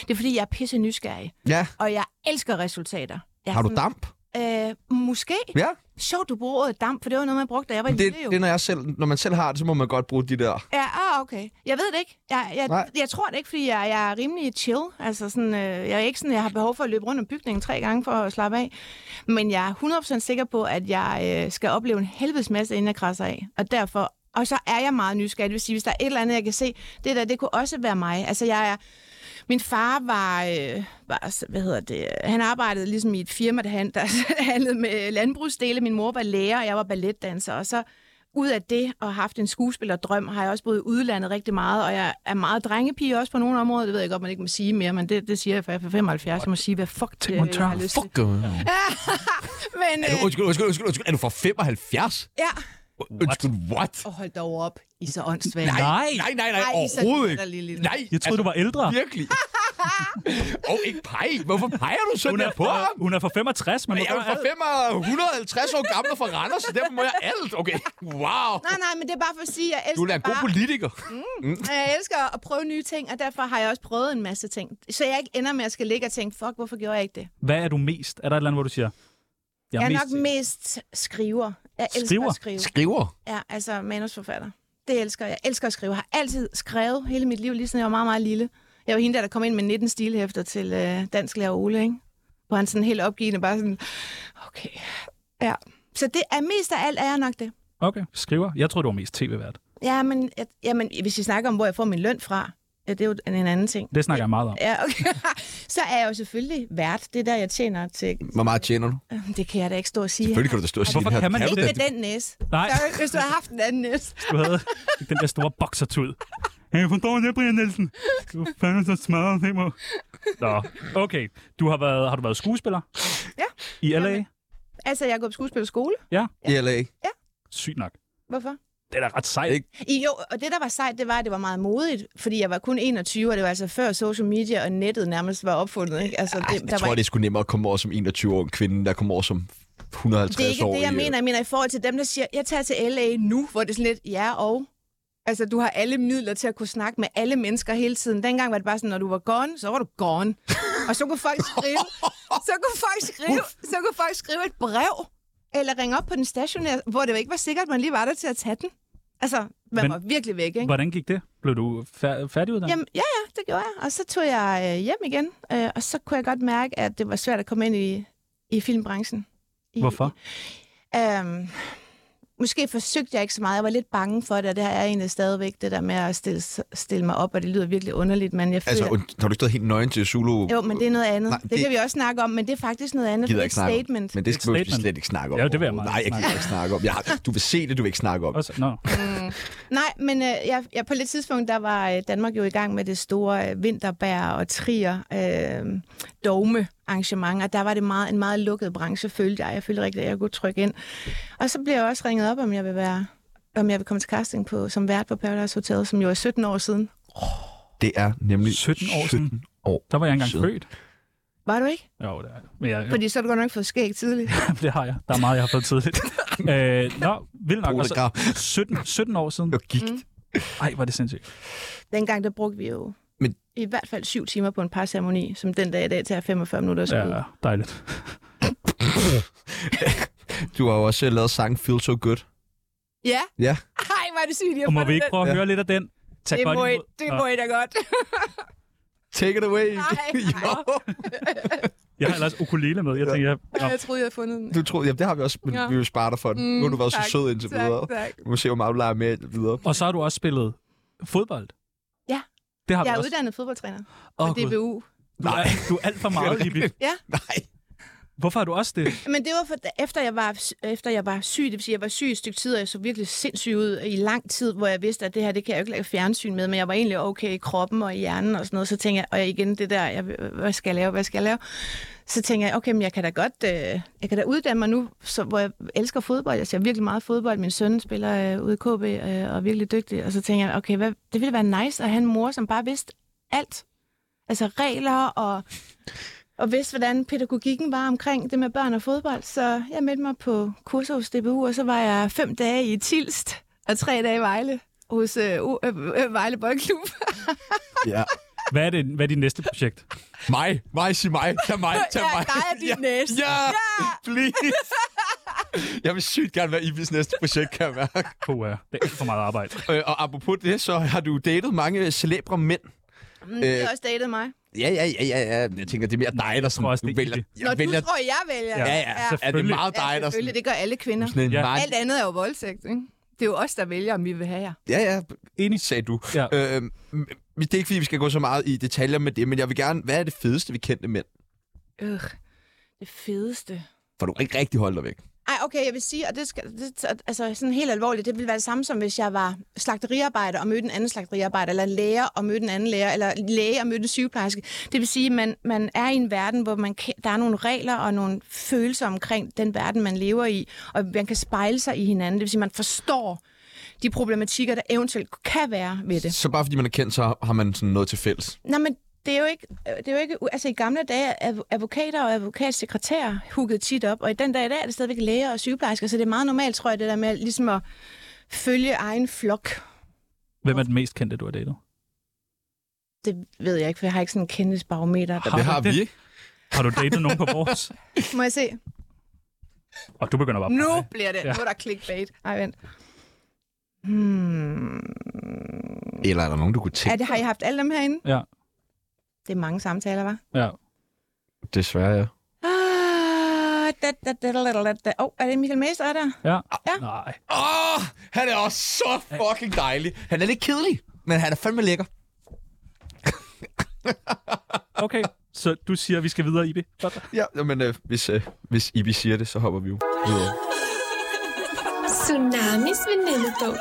[SPEAKER 3] Det er fordi, jeg er pisse nysgerrig,
[SPEAKER 1] Ja.
[SPEAKER 3] og jeg elsker resultater. Jeg er
[SPEAKER 1] Har du
[SPEAKER 3] sådan,
[SPEAKER 1] damp?
[SPEAKER 3] Øh, måske.
[SPEAKER 1] Ja.
[SPEAKER 3] Sjovt, du bruger ordet damp, for det var noget, man brugte, da jeg var
[SPEAKER 1] Det,
[SPEAKER 3] lille jo. Øh.
[SPEAKER 1] det er, når, jeg selv, når man selv har det, så må man godt bruge de der...
[SPEAKER 3] Ja, åh, okay. Jeg ved det ikke. Jeg, jeg,
[SPEAKER 1] Nej.
[SPEAKER 3] jeg tror det ikke, fordi jeg, jeg er rimelig chill. Altså sådan, øh, jeg er ikke sådan, jeg har behov for at løbe rundt om bygningen tre gange for at slappe af. Men jeg er 100% sikker på, at jeg øh, skal opleve en helvedes masse, inden jeg krasser af. Og derfor... Og så er jeg meget nysgerrig. Det vil sige, hvis der er et eller andet, jeg kan se, det der, det kunne også være mig. Altså, jeg er... Min far var, øh, var, s- hvad hedder det, han arbejdede ligesom i et firma, der, han, der handlede med landbrugsdele. Min mor var lærer, og jeg var balletdanser, og så ud af det og haft en skuespillerdrøm, har jeg også boet i udlandet rigtig meget, og jeg er meget drengepige også på nogle områder. Det ved jeg godt, man ikke må sige mere, men det, det siger jeg, for jeg er 75, jeg må sige, hvad fuck det,
[SPEAKER 4] man
[SPEAKER 3] jeg har
[SPEAKER 4] tør.
[SPEAKER 3] lyst til.
[SPEAKER 7] Fuck. Er
[SPEAKER 3] Men,
[SPEAKER 7] du,
[SPEAKER 3] øh,
[SPEAKER 7] undskyld, undskyld, undskyld, undskyld. Er du fra 75?
[SPEAKER 3] ja,
[SPEAKER 7] Undskyld, what?
[SPEAKER 3] og hold dog op, I er så åndssvagt.
[SPEAKER 4] Nej! Altså,
[SPEAKER 7] Nej, nej, nej,
[SPEAKER 3] Ej, I er så
[SPEAKER 7] overhovedet
[SPEAKER 3] latterlige,
[SPEAKER 7] ikke.
[SPEAKER 3] Lille.
[SPEAKER 7] Nej,
[SPEAKER 4] Jeg troede,
[SPEAKER 1] altså,
[SPEAKER 4] du var ældre.
[SPEAKER 7] virkelig. Og ikke pege. Hvorfor peger du sådan
[SPEAKER 4] Hun
[SPEAKER 7] der
[SPEAKER 4] er,
[SPEAKER 7] på ham?
[SPEAKER 4] fra, hun er fra 65, man må
[SPEAKER 7] Jeg er jo
[SPEAKER 4] gøre
[SPEAKER 7] fra
[SPEAKER 4] alt.
[SPEAKER 7] 150 år gammel og fra Randers, så derfor må jeg alt. Okay, wow.
[SPEAKER 3] Nej, nej, men det er bare for at sige, at jeg
[SPEAKER 7] Du
[SPEAKER 3] elsker
[SPEAKER 7] er da en god
[SPEAKER 3] bare...
[SPEAKER 7] politiker.
[SPEAKER 3] Og Jeg elsker at prøve nye ting, og derfor har jeg også prøvet en masse ting. Så jeg ikke ender med at skal ligge og tænke, fuck, hvorfor gjorde jeg ikke det?
[SPEAKER 4] Hvad er du mest? Er der et eller andet, hvor du siger, jeg
[SPEAKER 3] Jeg
[SPEAKER 4] er,
[SPEAKER 3] er
[SPEAKER 4] mest...
[SPEAKER 3] nok mest skriver. Jeg elsker
[SPEAKER 4] Skriver?
[SPEAKER 3] at skrive.
[SPEAKER 7] Skriver.
[SPEAKER 3] Ja, altså manusforfatter. Det elsker jeg. Jeg elsker at skrive. Jeg har altid skrevet hele mit liv, lige siden jeg var meget, meget lille. Jeg var hende der, der kom ind med 19 stilhæfter til øh, dansk lærer Ole, ikke? Hvor han sådan helt opgivende bare sådan, okay, ja. Så det er mest af alt er jeg nok det.
[SPEAKER 4] Okay, skriver. Jeg tror du var mest tv-vært.
[SPEAKER 3] Ja, men, jeg, jamen, hvis vi snakker om, hvor jeg får min løn fra, ja, det er jo en, en anden ting.
[SPEAKER 4] Det snakker jeg meget om.
[SPEAKER 3] Ja, okay. Så er jeg jo selvfølgelig vært. Det er der, jeg tjener til.
[SPEAKER 1] Hvor meget tjener du?
[SPEAKER 3] Det kan jeg da ikke stå og sige.
[SPEAKER 1] Selvfølgelig kan du da stå og sige
[SPEAKER 4] Hvorfor
[SPEAKER 1] det her.
[SPEAKER 4] kan man ikke
[SPEAKER 3] Ikke
[SPEAKER 1] du
[SPEAKER 3] med den næse.
[SPEAKER 4] Nej.
[SPEAKER 3] Så, hvis du havde haft en anden næse.
[SPEAKER 4] Du havde den der store boksertud. Jeg forstår det, Brian Nielsen. Du er fandme så smadret, det må. Nå, okay. Du har, været, har du været skuespiller?
[SPEAKER 3] Ja.
[SPEAKER 4] I LA?
[SPEAKER 3] Jamen. Altså, jeg har gået på skuespillerskole.
[SPEAKER 1] I LA.
[SPEAKER 4] Sygt nok.
[SPEAKER 3] Hvorfor?
[SPEAKER 4] Det er da ret sejt.
[SPEAKER 1] Ikke?
[SPEAKER 3] I, jo, og det, der var sejt, det var, at det var meget modigt, fordi jeg var kun 21, og det var altså før social media og nettet nærmest var opfundet. Ikke? Altså, det,
[SPEAKER 1] Jeg tror,
[SPEAKER 3] var
[SPEAKER 1] det er sgu nemmere at komme over som 21-årig kvinde, der kommer over som 150 år.
[SPEAKER 3] det er ikke det, jeg mener. Jeg mener i øh, forhold til dem, der siger, jeg tager til LA nu, hvor det er sådan lidt, ja og. Altså, du har alle midler til at kunne snakke med alle mennesker hele tiden. Dengang var det bare sådan, når du var gone, så var du gone. Og så kunne folk skrive, så kunne folk skrive, så kunne folk skrive et brev, eller ringe op på den stationær, hvor det jo ikke var sikkert, at man lige var der til at tage den. Altså, man
[SPEAKER 4] Men-
[SPEAKER 3] Men, var virkelig væk, ikke?
[SPEAKER 4] Hvordan gik det? Blev du fær- færdiguddannet?
[SPEAKER 3] Jamen, ja, ja, det gjorde jeg. Og så tog jeg øh, hjem igen, øh, og så kunne jeg godt mærke, at det var svært at komme ind i, i filmbranchen. I,
[SPEAKER 4] Hvorfor?
[SPEAKER 3] Øhm, måske forsøgte jeg ikke så meget. Jeg var lidt bange for det, og det har jeg egentlig stadigvæk, det der med at stille, stille mig op, og det lyder virkelig underligt, men jeg føler...
[SPEAKER 1] Altså, und- har du ikke stået helt nøgen til Zulu?
[SPEAKER 3] jo, men det er noget andet.
[SPEAKER 1] Nej,
[SPEAKER 3] Nej,
[SPEAKER 1] det-
[SPEAKER 3] det, det kan vi også snakke om, men det er faktisk noget andet.
[SPEAKER 1] gider jeg
[SPEAKER 3] Det er et
[SPEAKER 1] ikke snakke om.
[SPEAKER 3] statement.
[SPEAKER 1] Men det skal vi
[SPEAKER 4] statement.
[SPEAKER 1] slet ikke snakke om.
[SPEAKER 4] Ja, det vil jeg meget
[SPEAKER 1] Nej, jeg gider ikke snakke om. Jeg har, du vil se det, du vil ikke snakke om.
[SPEAKER 4] Også, no.
[SPEAKER 3] Nej, men øh, jeg, jeg, på det tidspunkt, der var øh, Danmark jo i gang med det store øh, vinterbær og trier øh, dogme arrangement, og der var det meget, en meget lukket branche, følte jeg. Jeg følte rigtig, at jeg kunne trykke ind. Og så blev jeg også ringet op, om jeg vil være om jeg vil komme til casting på, som vært på Paradise Hotel, som jo er 17 år siden.
[SPEAKER 1] Det er nemlig
[SPEAKER 4] 17 år siden.
[SPEAKER 1] 17 år.
[SPEAKER 4] Der var jeg engang
[SPEAKER 1] Shit.
[SPEAKER 4] født.
[SPEAKER 3] Var du ikke?
[SPEAKER 4] Jo, det er jeg. Men jeg.
[SPEAKER 3] Fordi så har du godt nok fået skæg tidligt.
[SPEAKER 4] det har jeg. Der er meget, jeg har fået tidligt. øh, nå, vildt nok. Og så 17, 17 år siden.
[SPEAKER 1] Og gik.
[SPEAKER 4] Ej, var det sindssygt.
[SPEAKER 3] Dengang, der brugte vi jo
[SPEAKER 1] Men-
[SPEAKER 3] men... i hvert fald syv timer på en parceremoni, som den dag i dag tager 45 minutter at
[SPEAKER 4] Ja,
[SPEAKER 3] ja.
[SPEAKER 4] øh, dejligt.
[SPEAKER 1] Du har jo også lavet sangen Feel So Good.
[SPEAKER 3] ja.
[SPEAKER 1] Ja.
[SPEAKER 3] Ej, var det sygt, jeg
[SPEAKER 4] Og må
[SPEAKER 3] fandt
[SPEAKER 4] vi ikke
[SPEAKER 3] den.
[SPEAKER 4] prøve at
[SPEAKER 1] Ja.
[SPEAKER 4] høre lidt af den? Tag
[SPEAKER 3] det
[SPEAKER 4] godt
[SPEAKER 3] må, I,
[SPEAKER 4] imod-
[SPEAKER 3] det
[SPEAKER 4] Nå.
[SPEAKER 3] må I da godt.
[SPEAKER 1] Take it away.
[SPEAKER 3] Nej,
[SPEAKER 1] jo.
[SPEAKER 4] Jeg har ellers ukulele med. Jeg tænker, jeg... Nå,
[SPEAKER 3] Ja. Jeg troede, jeg havde fundet den.
[SPEAKER 1] Du tror, jamen det har vi også, men
[SPEAKER 3] Ja. Mm,
[SPEAKER 1] vi vil spare dig for den. nu har du været så
[SPEAKER 3] tak,
[SPEAKER 1] sød indtil videre.
[SPEAKER 3] Tak, tak.
[SPEAKER 1] Vi må se, hvor meget du leger med videre.
[SPEAKER 4] Og så har du også spillet fodbold.
[SPEAKER 3] Ja.
[SPEAKER 4] Det har
[SPEAKER 3] Jeg
[SPEAKER 4] du
[SPEAKER 3] er
[SPEAKER 4] også.
[SPEAKER 3] uddannet fodboldtræner
[SPEAKER 4] Åh,
[SPEAKER 3] på
[SPEAKER 4] Gud.
[SPEAKER 3] DBU.
[SPEAKER 4] Du er, du er alt for meget, Libby.
[SPEAKER 1] Nej.
[SPEAKER 4] Hvorfor har du også det?
[SPEAKER 3] Men det var, for, efter, jeg var, efter jeg var syg, det vil sige, jeg var syg et stykke tid, og jeg så virkelig sindssyg ud i lang tid, hvor jeg vidste, at det her, det kan jeg jo ikke lave fjernsyn med, men jeg var egentlig okay i kroppen og i hjernen og sådan noget. Så tænkte jeg, og jeg igen det der, jeg, hvad skal jeg lave, hvad skal jeg lave? Så tænkte jeg, okay, men jeg kan da godt, øh, jeg kan da uddanne mig nu, så, hvor jeg elsker fodbold. Jeg ser virkelig meget fodbold. Min søn spiller øh, ude i KB øh, og er virkelig dygtig. Og så tænkte jeg, okay, hvad, det ville være nice at have en mor, som bare vidste alt altså regler og, og vidste, hvordan pædagogikken var omkring det med børn og fodbold. Så jeg meldte mig på kurser hos DBU, og så var jeg fem dage i Tilst og tre dage i Vejle hos øh, U- øh, øh, Vejle Boldklub.
[SPEAKER 1] Ja.
[SPEAKER 4] Hvad er, det, hvad er dit næste projekt?
[SPEAKER 1] Mig. Mig, sig mig. Tag mig. Tag
[SPEAKER 3] Ja,
[SPEAKER 1] mig.
[SPEAKER 3] dig er din næste.
[SPEAKER 1] Ja. Please. Jeg vil sygt gerne være Ibis næste projekt, kan jeg mærke.
[SPEAKER 4] Puh, ja. det er alt for meget arbejde.
[SPEAKER 1] Øh, og apropos det, så har du datet mange celebre mænd.
[SPEAKER 3] Mm, det har også datet mig.
[SPEAKER 1] Ja, ja, ja, ja, ja. Jeg tænker, det er mere dig, der sådan,
[SPEAKER 4] tror også,
[SPEAKER 1] du
[SPEAKER 4] det er
[SPEAKER 1] vælger.
[SPEAKER 4] Ibi.
[SPEAKER 3] Når
[SPEAKER 1] Jeg vælger
[SPEAKER 3] du tror, jeg vælger.
[SPEAKER 4] Ja,
[SPEAKER 1] ja,
[SPEAKER 3] Ja,
[SPEAKER 1] ja. Er det
[SPEAKER 4] selvfølgelig.
[SPEAKER 1] meget dig,
[SPEAKER 3] ja
[SPEAKER 1] der sådan,
[SPEAKER 3] selvfølgelig. Det gør alle kvinder.
[SPEAKER 1] sådan en
[SPEAKER 4] Ja.
[SPEAKER 1] meget...
[SPEAKER 3] Alt andet er jo voldtægt, ikke? Det er jo os, der vælger, om vi vil have jer.
[SPEAKER 1] Ja, ja,
[SPEAKER 4] Enig.
[SPEAKER 1] sagde du.
[SPEAKER 4] Ja.
[SPEAKER 1] Øh, det er ikke, fordi vi skal gå så meget i detaljer med det, men jeg vil gerne... Hvad er det fedeste, vi kendte mænd?
[SPEAKER 3] Øh, det fedeste.
[SPEAKER 1] For du kan ikke rigtig holde dig væk.
[SPEAKER 3] Ej, okay, jeg vil sige, og det, skal, det altså sådan helt alvorligt, det ville være det samme som, hvis jeg var slagteriarbejder og mødte en anden slagteriarbejder, eller læger og mødte en anden læger, eller læge og mødte en sygeplejerske. Det vil sige, at man, man er i en verden, hvor man kan, der er nogle regler og nogle følelser omkring den verden, man lever i, og man kan spejle sig i hinanden. Det vil sige, at man forstår de problematikker, der eventuelt kan være ved det.
[SPEAKER 1] Så bare fordi man er kendt, så har man sådan noget til fælles.
[SPEAKER 3] Nej, men det er jo ikke... Det er jo ikke altså, i gamle dage er adv- advokater og advokatsekretærer hugget tit op, og i den dag i dag er det stadigvæk læger og sygeplejersker, så det er meget normalt, tror jeg, det der med ligesom at følge egen flok.
[SPEAKER 4] Hvem er den mest kendte, du har datet?
[SPEAKER 3] Det ved jeg ikke, for jeg har ikke sådan en kendisbarometer. Der...
[SPEAKER 4] Har
[SPEAKER 1] Det
[SPEAKER 4] du
[SPEAKER 1] har vi, ikke?
[SPEAKER 4] Har du datet nogen på vores?
[SPEAKER 3] Må jeg se?
[SPEAKER 4] Og du begynder bare at
[SPEAKER 3] Nu
[SPEAKER 4] pege.
[SPEAKER 3] bliver det.
[SPEAKER 4] Ja.
[SPEAKER 3] Ja. Nu er der clickbait. Ej, vent. Hmm.
[SPEAKER 1] Eller er der nogen, du kunne tænke?
[SPEAKER 3] Er det, har I haft alle dem herinde?
[SPEAKER 4] Ja.
[SPEAKER 3] Det er mange samtaler, var.
[SPEAKER 4] Ja.
[SPEAKER 1] Desværre, ja.
[SPEAKER 3] Ah, da, da, da, da, da, da, da. Oh, er det Michael Mæs, der er der?
[SPEAKER 4] ja.
[SPEAKER 3] Ja.
[SPEAKER 4] Nej.
[SPEAKER 1] Åh, oh, han er også så fucking dejlig. Han er lidt kedelig, men han er fandme lækker.
[SPEAKER 4] Okay, så du siger, at vi skal videre, Ibi. Godt.
[SPEAKER 1] Ja, men øh, hvis, øh, hvis Ibi siger det, så hopper vi jo videre.
[SPEAKER 8] Tsunamis venindebog.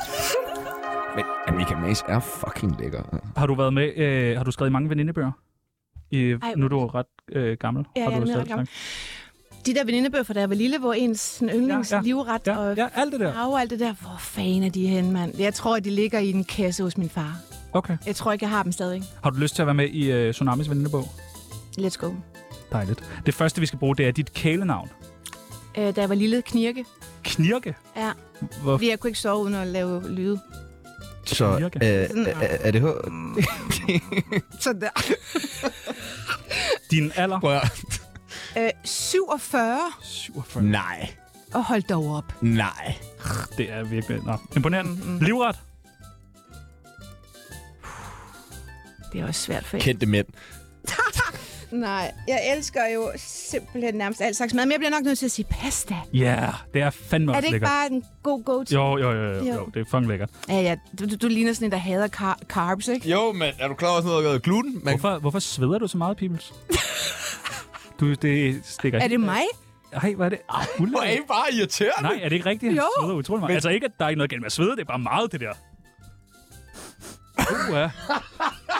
[SPEAKER 1] Men ja, Michael Mays er fucking lækker.
[SPEAKER 4] Har du været med, øh, har du skrevet i mange venindebøger? I,
[SPEAKER 3] Ej,
[SPEAKER 4] nu er du ret øh, gammel.
[SPEAKER 3] Ja,
[SPEAKER 4] har
[SPEAKER 3] jeg
[SPEAKER 4] du
[SPEAKER 3] er
[SPEAKER 4] lyst til
[SPEAKER 3] ret
[SPEAKER 4] at
[SPEAKER 3] gammel. De der venindebøger fra da jeg var lille, hvor ens sådan yndlings
[SPEAKER 4] Ja,
[SPEAKER 3] ja,
[SPEAKER 4] ja.
[SPEAKER 3] ja. livret
[SPEAKER 4] snakke?
[SPEAKER 3] og
[SPEAKER 4] Ja, ja, alt det der.
[SPEAKER 3] farve og alt det der. Hvor fanden er de henne, mand? Jeg tror, de ligger i en kasse hos min far.
[SPEAKER 4] Okay.
[SPEAKER 3] Jeg tror ikke, jeg har dem stadig.
[SPEAKER 4] Har du lyst til at være med i øh, Tsunamis venindebog?
[SPEAKER 3] Let's go.
[SPEAKER 4] Dejligt. Det første, vi skal bruge, det er dit kælenavn.
[SPEAKER 3] Øh, da jeg var lille, knirke.
[SPEAKER 4] Knirke.
[SPEAKER 3] Ja,
[SPEAKER 4] Hvor
[SPEAKER 3] fordi jeg kunne ikke sove uden at lave lyde.
[SPEAKER 1] Så
[SPEAKER 4] Virke.
[SPEAKER 1] øh, er, er det her?
[SPEAKER 3] Så der.
[SPEAKER 4] din alder?
[SPEAKER 1] Prøv at...
[SPEAKER 3] Øh, 47.
[SPEAKER 4] 47.
[SPEAKER 1] Nej,
[SPEAKER 3] Og hold dog op.
[SPEAKER 1] nej.
[SPEAKER 4] Det er virkelig... Nå. Imponerende. Mm. Livret.
[SPEAKER 3] Det er også svært for jer.
[SPEAKER 1] Kendte mænd.
[SPEAKER 3] Nej, jeg elsker jo simpelthen nærmest alt slags mad, men jeg bliver nok nødt til at sige pasta.
[SPEAKER 4] Ja, yeah, det er fandme
[SPEAKER 3] Er
[SPEAKER 4] også
[SPEAKER 3] det ikke
[SPEAKER 4] lækkert.
[SPEAKER 3] bare en god go to?
[SPEAKER 4] Jo, jo, jo, jo,
[SPEAKER 3] Jo.
[SPEAKER 4] jo. Det er fucking lækkert.
[SPEAKER 3] Ja, ja. Du, du, du ligner sådan en, der hader car- carbs, ikke?
[SPEAKER 1] Jo, men er du klar over sådan noget, der hedder gluten? Man...
[SPEAKER 4] Hvorfor, hvorfor sveder du så meget, Pibels? du, det stikker
[SPEAKER 3] Er det mig?
[SPEAKER 4] Nej, hvad er det? Ej,
[SPEAKER 1] Hvor er I bare irriterende?
[SPEAKER 4] Nej, er det ikke rigtigt? Han
[SPEAKER 3] Jo.
[SPEAKER 4] sveder utrolig meget. Altså ikke, at der er ikke noget galt med at svede, det er bare meget, det der. Uh, ja.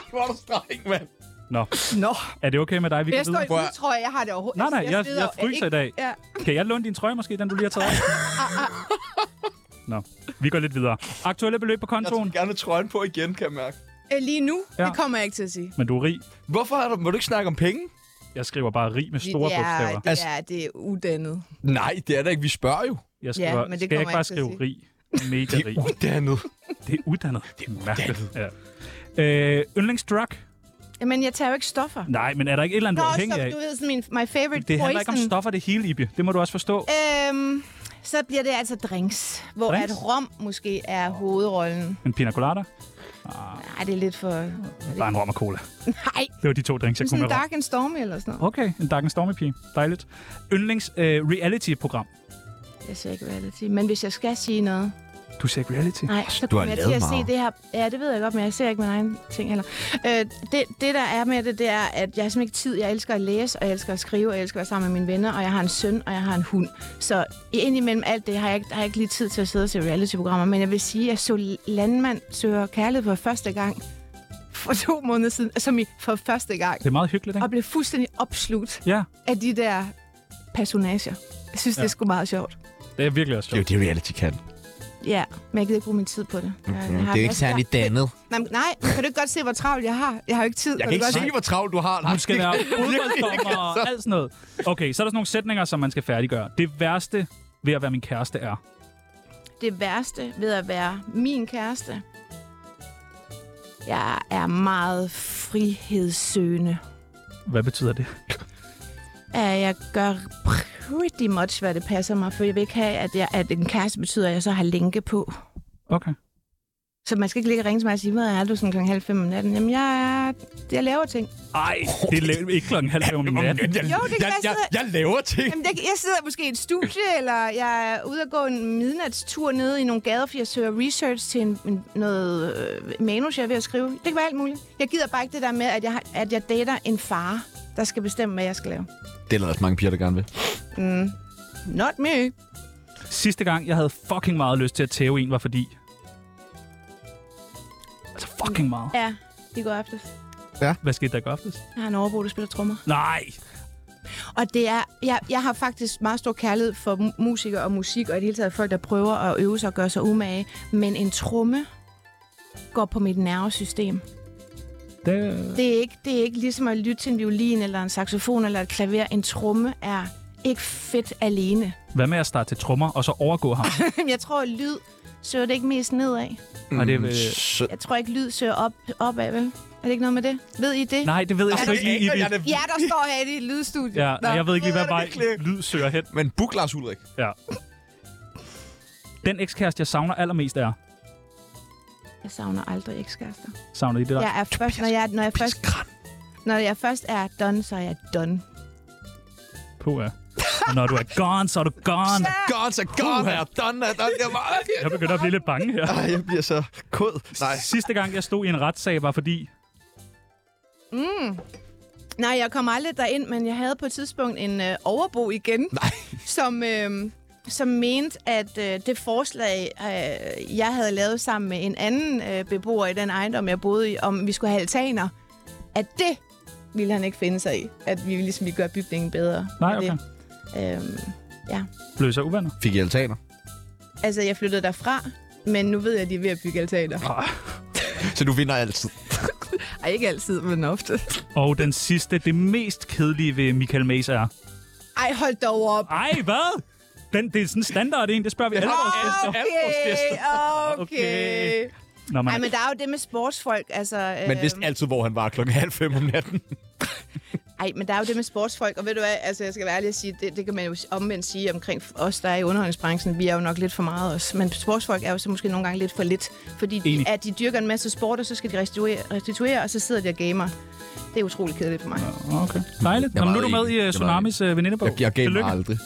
[SPEAKER 1] Hvor er du streng, mand.
[SPEAKER 4] Nå,
[SPEAKER 3] Nå.
[SPEAKER 4] er det okay med dig? Vi
[SPEAKER 3] Jeg
[SPEAKER 4] kan
[SPEAKER 3] står i
[SPEAKER 4] videre.
[SPEAKER 1] Prøv at-
[SPEAKER 3] flytrøje, jeg har det overhovedet.
[SPEAKER 4] Nej, nej, jeg,
[SPEAKER 3] sveder
[SPEAKER 4] jeg
[SPEAKER 3] jo-
[SPEAKER 4] fryser i
[SPEAKER 3] ikke-
[SPEAKER 4] dag.
[SPEAKER 3] Ja.
[SPEAKER 4] Kan jeg låne din trøje måske, den du lige har taget af? Nå, vi går lidt videre. Aktuelle beløb på
[SPEAKER 1] Jeg tager
[SPEAKER 4] kontoen,
[SPEAKER 1] gerne trøjen på igen, kan jeg mærke.
[SPEAKER 3] Øh, Lige nu,
[SPEAKER 4] Ja.
[SPEAKER 3] ja. det kommer jeg ikke til at sige.
[SPEAKER 4] men du er rig.
[SPEAKER 1] Hvorfor er der... må du ikke snakke om penge?
[SPEAKER 4] Jeg skriver bare rig med store
[SPEAKER 3] det er,
[SPEAKER 4] bogstaver.
[SPEAKER 3] Det
[SPEAKER 1] Altså-
[SPEAKER 3] er, det er udannet.
[SPEAKER 1] Nej, det er der ikke. Vi spørger jo.
[SPEAKER 4] Jeg skriver,
[SPEAKER 3] men det
[SPEAKER 4] skal jeg
[SPEAKER 3] kommer
[SPEAKER 4] ikke
[SPEAKER 3] jeg
[SPEAKER 4] bare
[SPEAKER 3] ikke til at
[SPEAKER 4] skrive rig? Mega
[SPEAKER 1] Det
[SPEAKER 4] rig.
[SPEAKER 1] er uddannet.
[SPEAKER 4] Det er uddannet. Det er mærkeligt. Ja. Øh, yndlingsdrug?
[SPEAKER 3] Jamen, jeg tager jo ikke stoffer.
[SPEAKER 4] Nej, men er der ikke et eller andet, du
[SPEAKER 3] Nå,
[SPEAKER 4] er afhængig
[SPEAKER 3] så,
[SPEAKER 4] af?
[SPEAKER 3] du ved, sådan min my favorite
[SPEAKER 4] Det handler ikke
[SPEAKER 3] poison.
[SPEAKER 4] om stoffer, det hele, Ibi. Det må du også forstå.
[SPEAKER 3] Øhm, så bliver det altså drinks, hvor
[SPEAKER 4] Drinks?
[SPEAKER 3] drinks? at rom måske er hovedrollen.
[SPEAKER 4] En pina colada?
[SPEAKER 3] Nej, det er lidt for...
[SPEAKER 4] Bare en rom og cola.
[SPEAKER 3] Nej,
[SPEAKER 4] Det var de to drinks, jeg kunne
[SPEAKER 3] sådan
[SPEAKER 4] med
[SPEAKER 3] en
[SPEAKER 4] rom.
[SPEAKER 3] dark and stormy eller sådan noget.
[SPEAKER 4] Okay, en Dark and Stormy pige. Dejligt. Yndlings øh, reality-program.
[SPEAKER 3] Jeg ser ikke reality, men hvis jeg skal sige noget...
[SPEAKER 4] Du ser ikke reality?
[SPEAKER 3] Nej, så
[SPEAKER 1] du har
[SPEAKER 3] kommer jeg
[SPEAKER 1] lavet
[SPEAKER 3] til at se
[SPEAKER 1] meget.
[SPEAKER 3] det her. Ja, det ved jeg godt, men jeg ser ikke min egen ting heller. Øh, det, det, der er med det, det er, at jeg har simpelthen ikke tid. Jeg elsker at læse, og jeg elsker at skrive, og jeg elsker at være sammen med mine venner, og jeg har en søn, og jeg har en hund. Så indimellem alt det har jeg ikke, har jeg ikke lige tid til at sidde og se reality-programmer, men jeg vil sige, at jeg så Landmand søger kærlighed for første gang for to måneder siden, som i for første gang,
[SPEAKER 4] Det er meget hyggeligt, ikke?
[SPEAKER 3] og blev fuldstændig opslugt
[SPEAKER 4] Ja,
[SPEAKER 3] af de der personager. Jeg synes, ja. det er sgu meget sjovt.
[SPEAKER 4] det er virkelig også
[SPEAKER 1] Det er
[SPEAKER 4] sjovt.
[SPEAKER 1] jo det, reality kan.
[SPEAKER 3] Ja, men jeg gider ikke bruge min tid på det. Jeg, jeg
[SPEAKER 1] Mhm.
[SPEAKER 3] har masser-
[SPEAKER 1] dannet.
[SPEAKER 3] Nej, men- nej, men kan du ikke godt se, hvor travlt jeg har? Jeg har jo ikke tid.
[SPEAKER 1] Jeg
[SPEAKER 3] du
[SPEAKER 1] kan ikke
[SPEAKER 3] godt
[SPEAKER 1] se, hvor travlt du har.
[SPEAKER 4] Hun skal være fodbolddommer og alt sådan noget. Okay, så er der sådan nogle sætninger, som man skal færdiggøre. Det værste ved at være min kæreste er...
[SPEAKER 3] Det værste ved at være min kæreste, jeg er meget frihedssøgende.
[SPEAKER 4] Hvad betyder det?
[SPEAKER 3] At jeg gør pr- pretty much, hvad det passer mig, for jeg vil ikke have, at, jeg, at en kæreste betyder, at jeg så har lænke på.
[SPEAKER 4] Okay.
[SPEAKER 3] Så man skal ikke ligge og ringe til mig og sige, hvad er du sådan klokken halv fem om natten? Jamen, jeg, er, jeg laver ting.
[SPEAKER 4] Ej, det er la- ikke klokken halv fem om natten.
[SPEAKER 7] Jeg,
[SPEAKER 3] Jo, det kan
[SPEAKER 7] jeg,
[SPEAKER 3] være
[SPEAKER 7] jeg,
[SPEAKER 3] sådan-
[SPEAKER 7] jeg laver ting.
[SPEAKER 3] Jamen, jeg, jeg sidder måske i et studie, eller jeg er ude og gå en midnatstur nede i nogle gader, fordi jeg søger research til en, en, noget øh, manus, jeg er ved at skrive. Det kan være alt muligt. Jeg gider bare ikke det der med, at jeg, har- at jeg dater en far, der skal bestemme, hvad jeg skal lave.
[SPEAKER 1] Det er der også mange piger, der gerne vil.
[SPEAKER 3] Not me.
[SPEAKER 4] Sidste gang, jeg havde fucking meget lyst til at tæve en, var fordi... Altså fucking meget.
[SPEAKER 3] Ja, i går aftes.
[SPEAKER 4] Hvad skete der i går aftes?
[SPEAKER 3] Jeg har en overbo, der spiller trommer.
[SPEAKER 4] Nej!
[SPEAKER 3] Og det er, jeg, jeg har faktisk meget stor kærlighed for mu- musikere og musik, og i det hele taget folk, der prøver at øve sig og gøre sig umage. Men en tromme går på mit nervesystem.
[SPEAKER 4] Det...
[SPEAKER 3] Det er, ikke, det er ikke ligesom at lytte til en violin, eller en saxofon, eller et klaver. En tromme er ikke fedt alene.
[SPEAKER 4] Hvad med at starte til trommer og så overgå ham?
[SPEAKER 3] jeg tror, at lyd søger det ikke mest nedad.
[SPEAKER 4] Nej,
[SPEAKER 1] Mm.
[SPEAKER 4] det, øh...
[SPEAKER 1] Så,
[SPEAKER 3] Jeg tror ikke, lyd søger op, opad, vel? Er det ikke noget med det? Ved I det?
[SPEAKER 4] Nej, det ved jeg sgu ikke lige, Ibi.
[SPEAKER 7] Jeg er det-
[SPEAKER 3] Ja, der står her i et lydstudie.
[SPEAKER 4] Ja,
[SPEAKER 3] Nå.
[SPEAKER 4] nej, jeg ved ikke lige, hvad vej lyd søger hen.
[SPEAKER 1] men book Lars Ulrik.
[SPEAKER 4] Ja. Den ekskæreste, jeg savner allermest er...
[SPEAKER 3] Jeg savner aldrig ekskærester.
[SPEAKER 4] Savner I det der?
[SPEAKER 3] Jeg er først, når jeg, når jeg først... Når jeg først er done, så er jeg done.
[SPEAKER 4] På, ja. Og når du er gone, så er du gone.
[SPEAKER 1] Oh God, så god her. Done, er done. Jeg, var...
[SPEAKER 4] Jeg begynder at blive lidt bange her.
[SPEAKER 1] Ej, jeg bliver så kod. Nej.
[SPEAKER 4] Sidste gang, jeg stod i en retssag, var fordi...
[SPEAKER 3] Nej, jeg kom aldrig derind, men jeg havde på et tidspunkt en øh, overbo igen, Nej. som, øh, som mente, at øh, det forslag, øh, jeg havde lavet sammen med en anden øh, beboer i den ejendom, jeg boede i, om vi skulle have altaner, at det ville han ikke finde sig i. At vi ligesom ville gøre bygningen bedre.
[SPEAKER 4] Nej,
[SPEAKER 3] med
[SPEAKER 4] okay.
[SPEAKER 3] Det. Øh,
[SPEAKER 4] Blev I så uvenner?
[SPEAKER 1] Fik I altaner?
[SPEAKER 3] altså, jeg flyttede derfra, men nu ved jeg, at de er ved at bygge altaner.
[SPEAKER 4] Ah.
[SPEAKER 1] Så du vinder altid.
[SPEAKER 3] Ej, ikke altid, men ofte.
[SPEAKER 4] Og den sidste, det mest kedelige ved Michael Mays er...
[SPEAKER 3] Ej, hold dog op.
[SPEAKER 4] Ej, hvad? Den, det er sådan en standard en, det spørger vi alle vores gæster.
[SPEAKER 3] Okay, okay.
[SPEAKER 4] Okay. Når man
[SPEAKER 3] Ej, men der er jo det med sportsfolk, altså... Øh,
[SPEAKER 7] Man vidste altid, hvor han var klokken halv fem om natten.
[SPEAKER 3] øhm, Ej, men der er jo det med sportsfolk, og ved du hvad, altså jeg skal være ærlig at sige, det, det kan man jo omvendt sige omkring os, der er i underholdningsbranchen, vi er jo nok lidt for meget os, men sportsfolk er jo så måske nogle gange lidt for lidt, fordi de,
[SPEAKER 4] Enig.
[SPEAKER 3] at de dyrker en masse sport, og så skal de restituere, restituere og så sidder de og gamer. Det er utrolig kedeligt for mig.
[SPEAKER 4] Okay, dejligt.
[SPEAKER 1] Jeg
[SPEAKER 4] Nå, men nu
[SPEAKER 1] var
[SPEAKER 4] er du med
[SPEAKER 1] ikke-
[SPEAKER 4] i
[SPEAKER 1] jeg
[SPEAKER 4] uh,
[SPEAKER 1] var
[SPEAKER 4] Tsunamis uh, venindebog.
[SPEAKER 1] Jeg, jeg gav mig
[SPEAKER 4] Tillykke.
[SPEAKER 1] aldrig.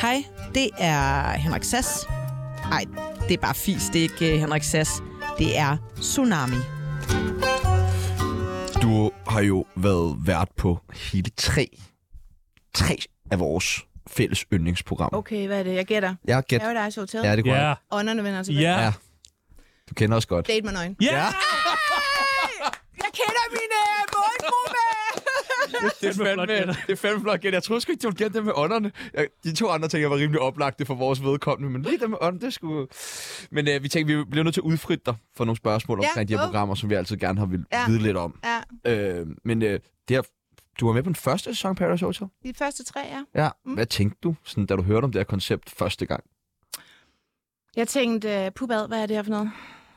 [SPEAKER 5] Hej, det er Henrik Sass. Nej, det er bare fis, det er ikke øh, Henrik Sass. Det er Tsunami.
[SPEAKER 1] Du har jo været vært på hele tre, tre af vores fælles yndlingsprogrammer.
[SPEAKER 3] Okay, hvad er det? Jeg gætter.
[SPEAKER 1] Jeg gæt.
[SPEAKER 3] Paradise Hotel.
[SPEAKER 1] Ja, det kunne
[SPEAKER 4] Ja,
[SPEAKER 1] jeg.
[SPEAKER 3] Ånderne vender tilbage.
[SPEAKER 4] ja,
[SPEAKER 1] Ja. Du kender os godt.
[SPEAKER 3] Date med nøgen.
[SPEAKER 4] ja.
[SPEAKER 3] Jeg kender mine øh, målgruppe!
[SPEAKER 7] Det er
[SPEAKER 4] Fandme flot
[SPEAKER 7] fandme,
[SPEAKER 4] gættet.
[SPEAKER 7] det er fandme flot gæt. Jeg troede sgu ikke, de ville gætte det med ånderne. Jeg- De to andre ting, jeg var rimelig oplagte for vores vedkommende, men lige det med ånden, det skulle... Men øh, vi tænkte, vi bliver nødt til at udfritte dig for nogle spørgsmål
[SPEAKER 3] Ja,
[SPEAKER 7] omkring de her
[SPEAKER 3] wow.
[SPEAKER 7] programmer, som vi altid gerne har vil
[SPEAKER 3] Ja.
[SPEAKER 7] ja. vide lidt om.
[SPEAKER 3] ja,
[SPEAKER 7] Øh, men øh, det her, du var med på den første sæson af Paradise Hotel.
[SPEAKER 3] de første tre, ja.
[SPEAKER 7] Ja. Mm. Hvad tænkte du, sådan, da du hørte om det her koncept første gang?
[SPEAKER 3] Jeg tænkte, øh, pubad, hvad er det her for noget?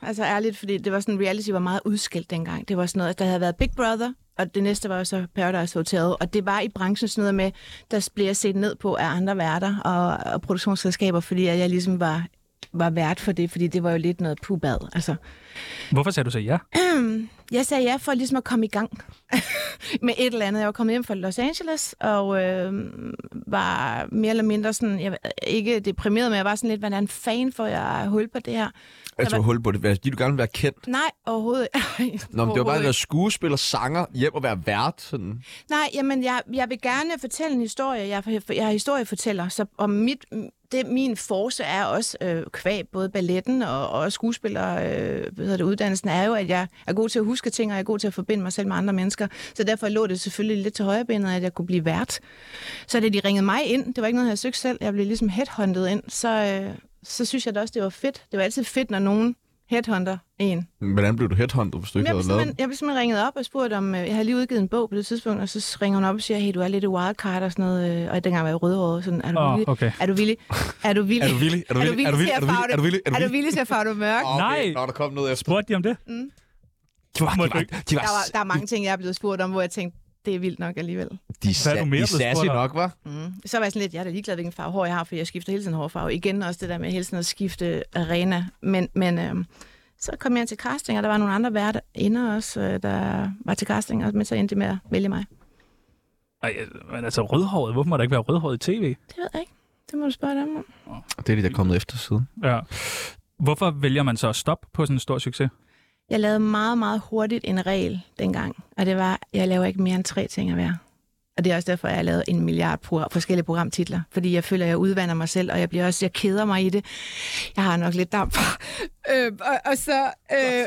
[SPEAKER 3] Altså ærligt, fordi det var sådan, reality var meget udskilt dengang. Det var sådan noget, at der havde været Big Brother, og det næste var jo så Paradise Hotel. Og det var i branchen sådan noget med, der blev jeg set ned på af andre værter og, og produktionsselskaber, fordi at jeg ligesom var, var vært for det, fordi det var jo lidt noget pubad. Altså,
[SPEAKER 4] Hvorfor sagde du så ja?
[SPEAKER 3] jeg sagde ja for ligesom at komme i gang med et eller andet. Jeg var kommet hjem fra Los Angeles og øh, var mere eller mindre sådan, jeg, var ikke deprimeret, men jeg var sådan lidt, hvordan fan får jeg hul på det her?
[SPEAKER 1] Jeg tog hul på det. Hvad- Fordi du gerne vil være kendt.
[SPEAKER 3] Nej, overhovedet ikke.
[SPEAKER 1] Nå, men det var bare at
[SPEAKER 3] Overhovedet
[SPEAKER 1] være skuespiller, sanger, hjem og være vært. Sådan.
[SPEAKER 3] ikke. Nej, jamen, jeg, jeg vil gerne fortælle en historie. Jeg, er- jeg er historiefortæller, så og mit, det, min force er også øh, kvæg, både balletten og, og skuespiller, øh, hvad hedder det, uddannelsen, er jo, at jeg er god til at huske ting, og jeg er god til at forbinde mig selv med andre mennesker. Så derfor lå det selvfølgelig lidt til højrebenet, at jeg kunne blive vært. Så da de ringede mig ind, det var ikke noget, jeg søgte selv, jeg blev ligesom headhunted ind, så, øh, så synes jeg da også, det var fedt. Det var altid fedt, når nogen headhunter en.
[SPEAKER 1] Hvordan blev du headhunted, hvis du ikke
[SPEAKER 3] Jeg blev,
[SPEAKER 1] havde lavet
[SPEAKER 3] simpelthen, jeg blev simpelthen ringet op og spurgt om, øh, jeg havde lige udgivet en bog på det tidspunkt, og så ringer hun op og siger, hey, du er lidt et wildcard og sådan noget, øh, og dengang var jeg rødhåret, sådan, er du
[SPEAKER 4] Åh,
[SPEAKER 3] villig?
[SPEAKER 4] okay.
[SPEAKER 3] Er du villig? Er du villig?
[SPEAKER 1] Er du villig? Er du villig?
[SPEAKER 3] Er du villig
[SPEAKER 1] Er
[SPEAKER 3] til
[SPEAKER 1] du
[SPEAKER 3] at
[SPEAKER 1] villig?
[SPEAKER 3] farve
[SPEAKER 1] Er du villig? Er du villig?
[SPEAKER 3] det- Er du villig til at farve det mørk?
[SPEAKER 4] Nej.
[SPEAKER 7] Nå, der kom noget efter.
[SPEAKER 4] Spurgte de om det?
[SPEAKER 1] De var,
[SPEAKER 4] Må
[SPEAKER 1] de
[SPEAKER 4] du
[SPEAKER 1] var,
[SPEAKER 4] ikke?
[SPEAKER 1] de var,
[SPEAKER 3] Der, var, der er mange ting, jeg er blevet spurgt om, hvor jeg tænkte, det er vildt nok alligevel.
[SPEAKER 1] de,
[SPEAKER 4] Hvad er
[SPEAKER 1] sa-
[SPEAKER 4] du mere
[SPEAKER 1] de
[SPEAKER 4] blevet
[SPEAKER 1] sassy
[SPEAKER 4] spurgt om?
[SPEAKER 1] nok, var.
[SPEAKER 3] Så var jeg sådan lidt, jeg er da ligeglad, hvilken farve hår jeg har, for jeg skifter hele tiden hårfarve. Igen også det der med hele tiden at skifte arena. Men, men øhm, så kom jeg til casting, og der var nogle andre værter inde også, øh, der var til casting, og men så endte de med at vælge mig.
[SPEAKER 4] Ej, men altså rødhåret, hvorfor må der ikke være rødhåret i tv?
[SPEAKER 3] Det ved jeg ikke. Det må du spørge dem om.
[SPEAKER 1] Det er de, der er kommet efter siden.
[SPEAKER 4] Ja. Hvorfor vælger man så at stoppe på sådan en stor succes?
[SPEAKER 3] Jeg lavede meget, meget hurtigt en regel dengang, og det var, at jeg laver ikke mere end tre ting at være. Og det er også derfor, jeg har lavet en milliard pro- forskellige programtitler, fordi jeg føler, at jeg udvander mig selv, og jeg bliver også, jeg keder mig i det. Jeg har nok lidt damp. øh, og, og, så... Øh,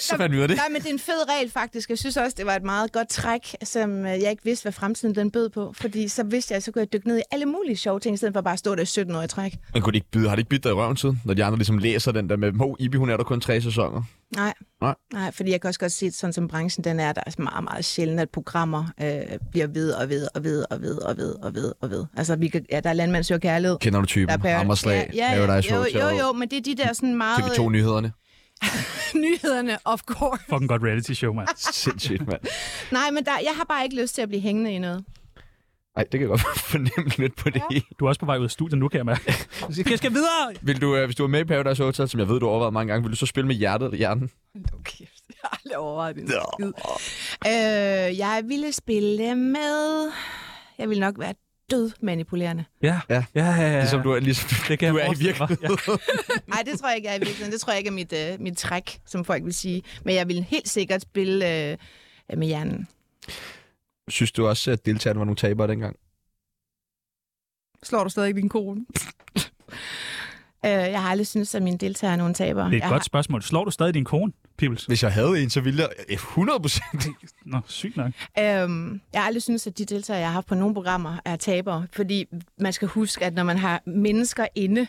[SPEAKER 1] Så fandt vi ud af det.
[SPEAKER 3] Nej, men det er en fed regel faktisk. Jeg synes også, det var et meget godt træk, som øh, jeg ikke vidste, hvad fremtiden den bød på. Fordi så vidste jeg, så kunne jeg dykke ned i alle mulige sjove ting, i stedet for bare at stå der i 17 år i træk.
[SPEAKER 1] Men kunne de ikke byde, har de ikke bidt dig i røven siden, når de andre ligesom læser den der med, Mo, Ibi, hun er der kun tre sæsoner.
[SPEAKER 3] Nej.
[SPEAKER 1] Nej.
[SPEAKER 3] Nej, fordi jeg kan også godt se, at sådan som branchen den er, der er altså meget, meget sjældent, at programmer øh, bliver ved og ved og ved og ved og ved og ved og ved. Altså, vi kan, ja, der er landmand søger kærlighed.
[SPEAKER 1] Kender du
[SPEAKER 3] Der er
[SPEAKER 1] typen?
[SPEAKER 3] Parent-
[SPEAKER 1] Hammerslag,
[SPEAKER 3] ja, ja,
[SPEAKER 1] Paradise
[SPEAKER 3] ja, jo,
[SPEAKER 1] Hotel,
[SPEAKER 3] jo, jo, men det er de der sådan meget øh,
[SPEAKER 1] TV2-nyhederne.
[SPEAKER 3] nyhederne, of course.
[SPEAKER 4] Fucking godt reality show, mand.
[SPEAKER 1] Sindssygt, mand.
[SPEAKER 3] Nej, men der, jeg har bare ikke lyst til at blive hængende i noget.
[SPEAKER 1] Ej, det kan jeg godt fornemme lidt på det ja.
[SPEAKER 4] Du er også på vej ud af studiet nu, kan jeg mærke. Jeg skal, jeg skal videre!
[SPEAKER 1] Vil du, øh, hvis du er med i Paradise Hotel, som jeg ved, du har overvejet mange gange, vil du så spille med hjertet eller hjernen?
[SPEAKER 3] Okay, jeg har aldrig overvejet det. Øh, jeg ville spille med... Jeg ville nok være død manipulerende.
[SPEAKER 4] Ja,
[SPEAKER 1] Ja.
[SPEAKER 4] ja, ja. ja, ja.
[SPEAKER 1] Ligesom du er, ligesom,
[SPEAKER 4] det kan
[SPEAKER 1] du
[SPEAKER 4] jeg
[SPEAKER 1] er i
[SPEAKER 4] forestille mig.
[SPEAKER 1] virkeligheden.
[SPEAKER 3] Nej, det tror jeg ikke, jeg er i virkeligheden. Det tror jeg ikke er mit, øh, mit træk, som folk vil sige. Men jeg vil helt sikkert spille øh, med hjernen.
[SPEAKER 1] Synes du også, at deltagerne var nogle tabere dengang?
[SPEAKER 3] Slår du stadig din kone? øh, jeg har aldrig syntes, at mine deltagere er nogle tabere.
[SPEAKER 4] Det er et
[SPEAKER 3] jeg
[SPEAKER 4] godt spørgsmål. Slår du stadig din kone, Pibels?
[SPEAKER 1] Hvis jeg havde en, så ville jeg øh, 100%.
[SPEAKER 4] Nå, sygt nok.
[SPEAKER 3] Har, øhm, jeg har aldrig syntes, at de deltagere, jeg har haft på nogle programmer, er tabere. Fordi man skal huske, at når man har mennesker inde,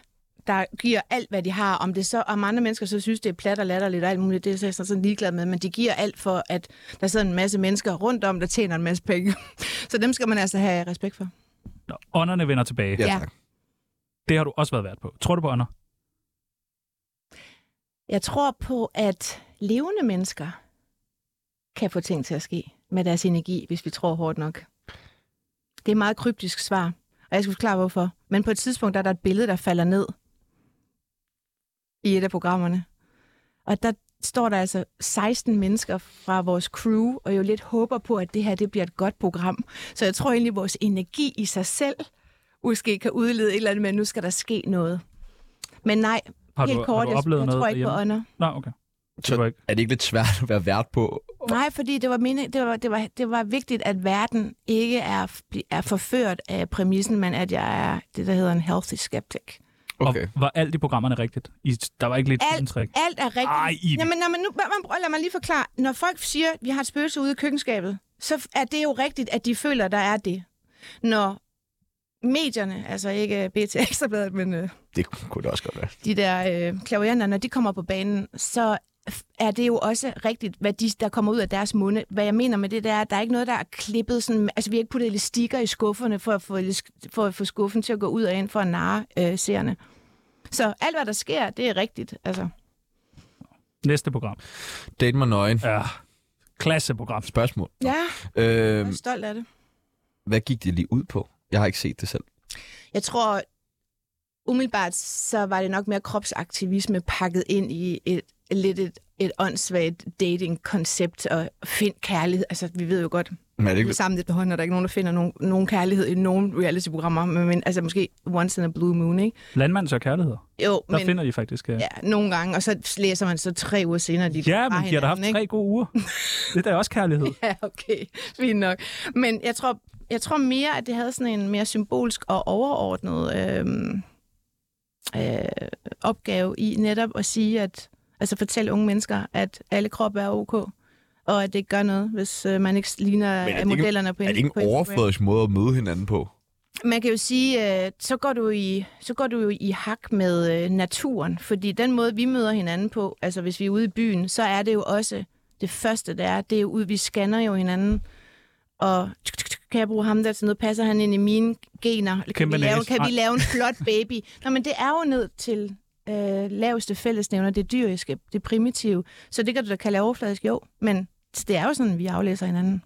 [SPEAKER 3] der giver alt, hvad de har. Om det så om andre mennesker så synes, det er plat og latterligt og alt muligt, det er jeg så sådan ligeglad med. Men de giver alt for, at der sidder en masse mennesker rundt om, der tjener en masse penge. så dem skal man altså have respekt for.
[SPEAKER 4] Nå, ånderne vender tilbage.
[SPEAKER 1] Ja,
[SPEAKER 3] Ja.
[SPEAKER 1] tak.
[SPEAKER 4] Det har du også været vært på. Tror du på ånder?
[SPEAKER 3] Jeg tror på, at levende mennesker kan få ting til at ske med deres energi, hvis vi tror hårdt nok. Det er et meget kryptisk svar, og jeg skal forklare hvorfor. Men på et tidspunkt der er der et billede, der falder ned i et af programmerne. Og der står der altså 16 mennesker fra vores crew, og jo lidt håber på, at det her det bliver et godt program. Så jeg tror egentlig, at vores energi i sig selv måske kan udlede et eller andet med, at nu skal der ske noget. Men nej,
[SPEAKER 4] Har du,
[SPEAKER 3] helt kort,
[SPEAKER 4] har du oplevet
[SPEAKER 3] jeg,
[SPEAKER 4] noget
[SPEAKER 3] jeg tror ikke på
[SPEAKER 4] derhjemme?
[SPEAKER 3] ånder.
[SPEAKER 4] Nå, okay.
[SPEAKER 1] Så-
[SPEAKER 4] Det var ikke.
[SPEAKER 1] Er det ikke lidt svært at være vært på?
[SPEAKER 3] Nej, fordi det var, mening, det, var, det, var, det var vigtigt, at verden ikke er, er forført af præmissen, men at jeg er det, der hedder en healthy skeptic.
[SPEAKER 1] Okay.
[SPEAKER 4] Og var alt i programmerne rigtigt? I, der var ikke lidt
[SPEAKER 3] Alt-
[SPEAKER 4] alt,
[SPEAKER 3] Alt er rigtigt.
[SPEAKER 4] Ej, Iben.
[SPEAKER 3] Jamen, når man nu, man, man, lad mig lige forklare. Når folk siger, at vi har et spøgelse ude i køkkenskabet, så er det jo rigtigt, at de føler, der er det. Når medierne, altså ikke BT Ekstrabladet, men øh,
[SPEAKER 1] Det kunne det også godt være.
[SPEAKER 3] de der øh, klaverianer, når de kommer på banen, så f- er det jo også rigtigt, hvad de, der kommer ud af deres munde. Hvad jeg mener med det, det er, at der er ikke noget, der er klippet sådan... Altså, vi har ikke puttet elastikker i skufferne for at få, elas- for at få skuffen til at gå ud og ind for at narre øh, seerne. Så alt, hvad der sker, det er rigtigt. Altså,
[SPEAKER 4] Næste program.
[SPEAKER 1] Date mig nøgen.
[SPEAKER 4] Ja. Klasseprogram.
[SPEAKER 1] Spørgsmål.
[SPEAKER 3] ja, jeg
[SPEAKER 1] Øh,
[SPEAKER 3] er stolt af det.
[SPEAKER 1] hvad gik det lige ud på? Jeg har ikke set det selv.
[SPEAKER 3] Jeg tror, umiddelbart, så var det nok mere kropsaktivisme pakket ind i et lidt et, et åndssvagt dating-koncept og find kærlighed. Altså, vi ved jo godt,
[SPEAKER 1] Men er det ikke
[SPEAKER 3] det samme lidt på hånden, og der er ikke nogen, der finder nogen, nogen kærlighed i nogen reality-programmer, men, men altså måske once in a blue moon, ikke?
[SPEAKER 4] Landmand søger kærlighed.
[SPEAKER 3] Jo,
[SPEAKER 4] Der
[SPEAKER 3] men
[SPEAKER 4] finder de faktisk... øh,
[SPEAKER 3] ja, nogle gange, og så læser man så tre uger senere, de
[SPEAKER 4] Ja,
[SPEAKER 3] fra
[SPEAKER 4] men de har da haft
[SPEAKER 3] hinanden,
[SPEAKER 4] tre gode uger. Det er da også kærlighed.
[SPEAKER 3] Ja, okay, fint nok. Men jeg tror, jeg tror mere, at det havde sådan en mere symbolsk og overordnet øhm, øh, opgave i netop at sige, at altså fortælle unge mennesker, at alle kroppe er ok, og at det ikke gør noget, hvis øh, man ikke ligner
[SPEAKER 1] det
[SPEAKER 3] øh,
[SPEAKER 1] ikke-
[SPEAKER 3] modellerne på
[SPEAKER 1] Er det
[SPEAKER 3] Inst-
[SPEAKER 1] ikke
[SPEAKER 3] på
[SPEAKER 1] en
[SPEAKER 3] Instagram.
[SPEAKER 1] overfladisk måde at møde hinanden på?
[SPEAKER 3] man kan jo sige, øh, så går du i så går du jo i hak med øh, naturen, fordi den måde vi møder hinanden på, altså hvis vi er ude i byen, så er det jo også det første der er, det er jo ud vi scanner jo hinanden. Og tsk, tsk, tsk, kan jeg bruge ham der til noget? Passer han ind i mine gener? Eller Kan
[SPEAKER 4] Kæmpe
[SPEAKER 3] vi lave,
[SPEAKER 4] næse.
[SPEAKER 3] kan vi
[SPEAKER 4] Nej.
[SPEAKER 3] lave en flot baby? Nå, men det er jo ned til øh, laveste fællesnævner, det dyriske, det primitive. Så det kan du da kalde overfladisk, jo. Men det er jo sådan, vi aflæser hinanden.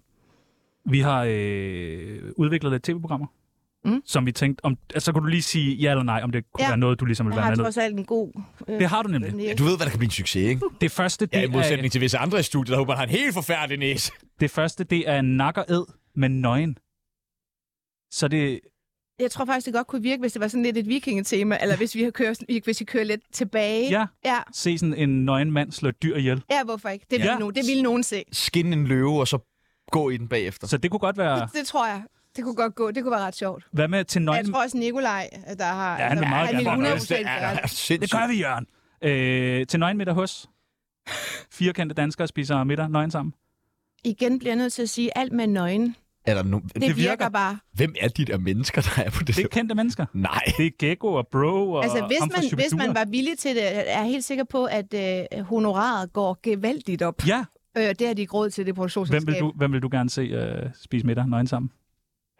[SPEAKER 4] Vi har øh, udviklet lidt tv-programmer,
[SPEAKER 3] Mm.
[SPEAKER 4] mm. som vi tænkte, om, altså kunne du lige sige ja eller nej, om det kunne
[SPEAKER 3] Ja.
[SPEAKER 4] ja. være noget, du ligesom ville
[SPEAKER 3] Jeg
[SPEAKER 4] være
[SPEAKER 3] har
[SPEAKER 4] med
[SPEAKER 3] trods alt en god... Øh,
[SPEAKER 4] Det har du nemlig.
[SPEAKER 1] Ja, du ved, hvad der kan blive en succes, ikke?
[SPEAKER 4] Det første, det,
[SPEAKER 7] Ja, i
[SPEAKER 4] er,
[SPEAKER 7] modsætning til visse andre i studiet, der håber, han har en helt forfærdelig næse.
[SPEAKER 4] det første, det er nak og ed med nøgen. Så det,
[SPEAKER 3] Jeg tror faktisk, det godt kunne virke, hvis det var sådan lidt et vikingetema, eller hvis vi, har kørt, hvis vi kører lidt tilbage.
[SPEAKER 4] ja,
[SPEAKER 3] Ja,
[SPEAKER 4] se sådan en nøgen mand slå et dyr ihjel.
[SPEAKER 3] ja hvorfor ikke? Det,
[SPEAKER 4] Ja.
[SPEAKER 3] ja. ville, nogen, det ville nogen se.
[SPEAKER 1] Skin en løve, og så gå i den bagefter.
[SPEAKER 4] Så det kunne godt være,
[SPEAKER 3] Det tror jeg. Det kunne godt gå. Det kunne være ret sjovt.
[SPEAKER 4] hvad med til
[SPEAKER 3] Jeg
[SPEAKER 4] nøgen?
[SPEAKER 3] tror også, Nikolaj, øh, der har...
[SPEAKER 4] Ja, han vil meget
[SPEAKER 3] han
[SPEAKER 4] gerne være
[SPEAKER 3] vil
[SPEAKER 4] med.
[SPEAKER 3] 100% gøre det.
[SPEAKER 4] Det
[SPEAKER 1] sindssygt.
[SPEAKER 4] gør vi, Jørgen. Øh, til nøgen middag hos. Firkantede danskere spiser middag nøgen sammen.
[SPEAKER 3] Igen bliver jeg nødt til at sige, alt med nøgen. Det,
[SPEAKER 1] Er der no...
[SPEAKER 3] det virker. virker bare.
[SPEAKER 1] Hvem er de der mennesker, der er på det?
[SPEAKER 4] Det er kendte mennesker.
[SPEAKER 1] Nej.
[SPEAKER 4] Det er Gekko og Bro og
[SPEAKER 3] Altså, hvis
[SPEAKER 4] ham fra
[SPEAKER 3] man, hvis man
[SPEAKER 4] Shubidua.
[SPEAKER 3] var villig til det, er jeg helt sikker på, at øh, honoraret går gevaldigt op.
[SPEAKER 4] Ja,
[SPEAKER 3] Øh, det har de ikke råd til, det produktionsselskab.
[SPEAKER 4] hvem vil du, hvem vil du gerne se øh, spise middag nøgen sammen?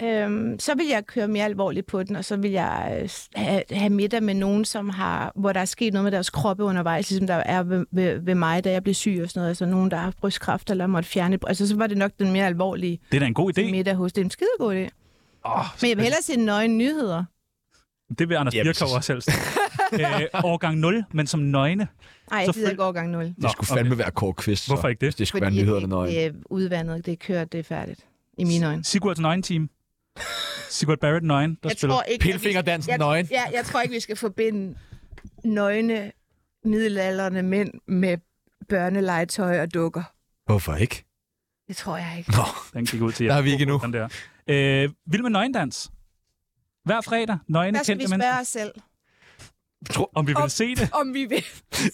[SPEAKER 3] Øhm, så vil jeg køre mere alvorligt på den, og så vil jeg øh, s- have, have middag med nogen, som har, hvor der er sket noget med deres kroppe undervejs, ligesom der er ved, ved, ved mig, da jeg blev syg og sådan noget. Altså nogen, der har haft brystkræft eller måtte fjerne... et bry- Altså, så var det nok den mere alvorlige
[SPEAKER 4] Det er da en god idé.
[SPEAKER 3] middag hos dem. Skidegod idé.
[SPEAKER 4] Oh,
[SPEAKER 3] Men jeg vil hellere se nøgen nyheder.
[SPEAKER 4] det vil Anders
[SPEAKER 1] Jamen,
[SPEAKER 4] Birkow også helst. Æ, årgang 0, men som nøgne.
[SPEAKER 3] Nej,
[SPEAKER 4] Så
[SPEAKER 3] jeg gider
[SPEAKER 4] føl-
[SPEAKER 3] ikke overgang 0.
[SPEAKER 4] Nå,
[SPEAKER 1] Det skulle fandme være Kåre Kvist, så,
[SPEAKER 4] Hvorfor ikke det?
[SPEAKER 1] hvis det skulle
[SPEAKER 3] Fordi
[SPEAKER 1] være nyhederne
[SPEAKER 3] det,
[SPEAKER 1] nøje.
[SPEAKER 3] det øh, er udvandet, det er kørt, det er færdigt. I mine øjne.
[SPEAKER 4] Sigurds nøgenteam. Sigurd Barrett nøgen, der
[SPEAKER 3] Jeg
[SPEAKER 4] spiller.
[SPEAKER 3] tror ikke, at vi-
[SPEAKER 7] Pilfingerdansen
[SPEAKER 3] jeg,
[SPEAKER 7] nøgen.
[SPEAKER 3] Ja, jeg tror ikke, vi skal forbinde nøgne middelalderne mænd med børnelegetøj og dukker.
[SPEAKER 1] Hvorfor ikke?
[SPEAKER 3] Det tror jeg ikke.
[SPEAKER 4] Den gik ud til jer.
[SPEAKER 1] Der er vi ikke endnu.
[SPEAKER 4] Den der. Øh, vild med nøgendans. Hver fredag, nøgne
[SPEAKER 3] Der skal vi
[SPEAKER 4] kendte
[SPEAKER 3] spørge
[SPEAKER 4] mennesker.
[SPEAKER 3] os selv,
[SPEAKER 4] Om vi vil se det.
[SPEAKER 3] om vi vil,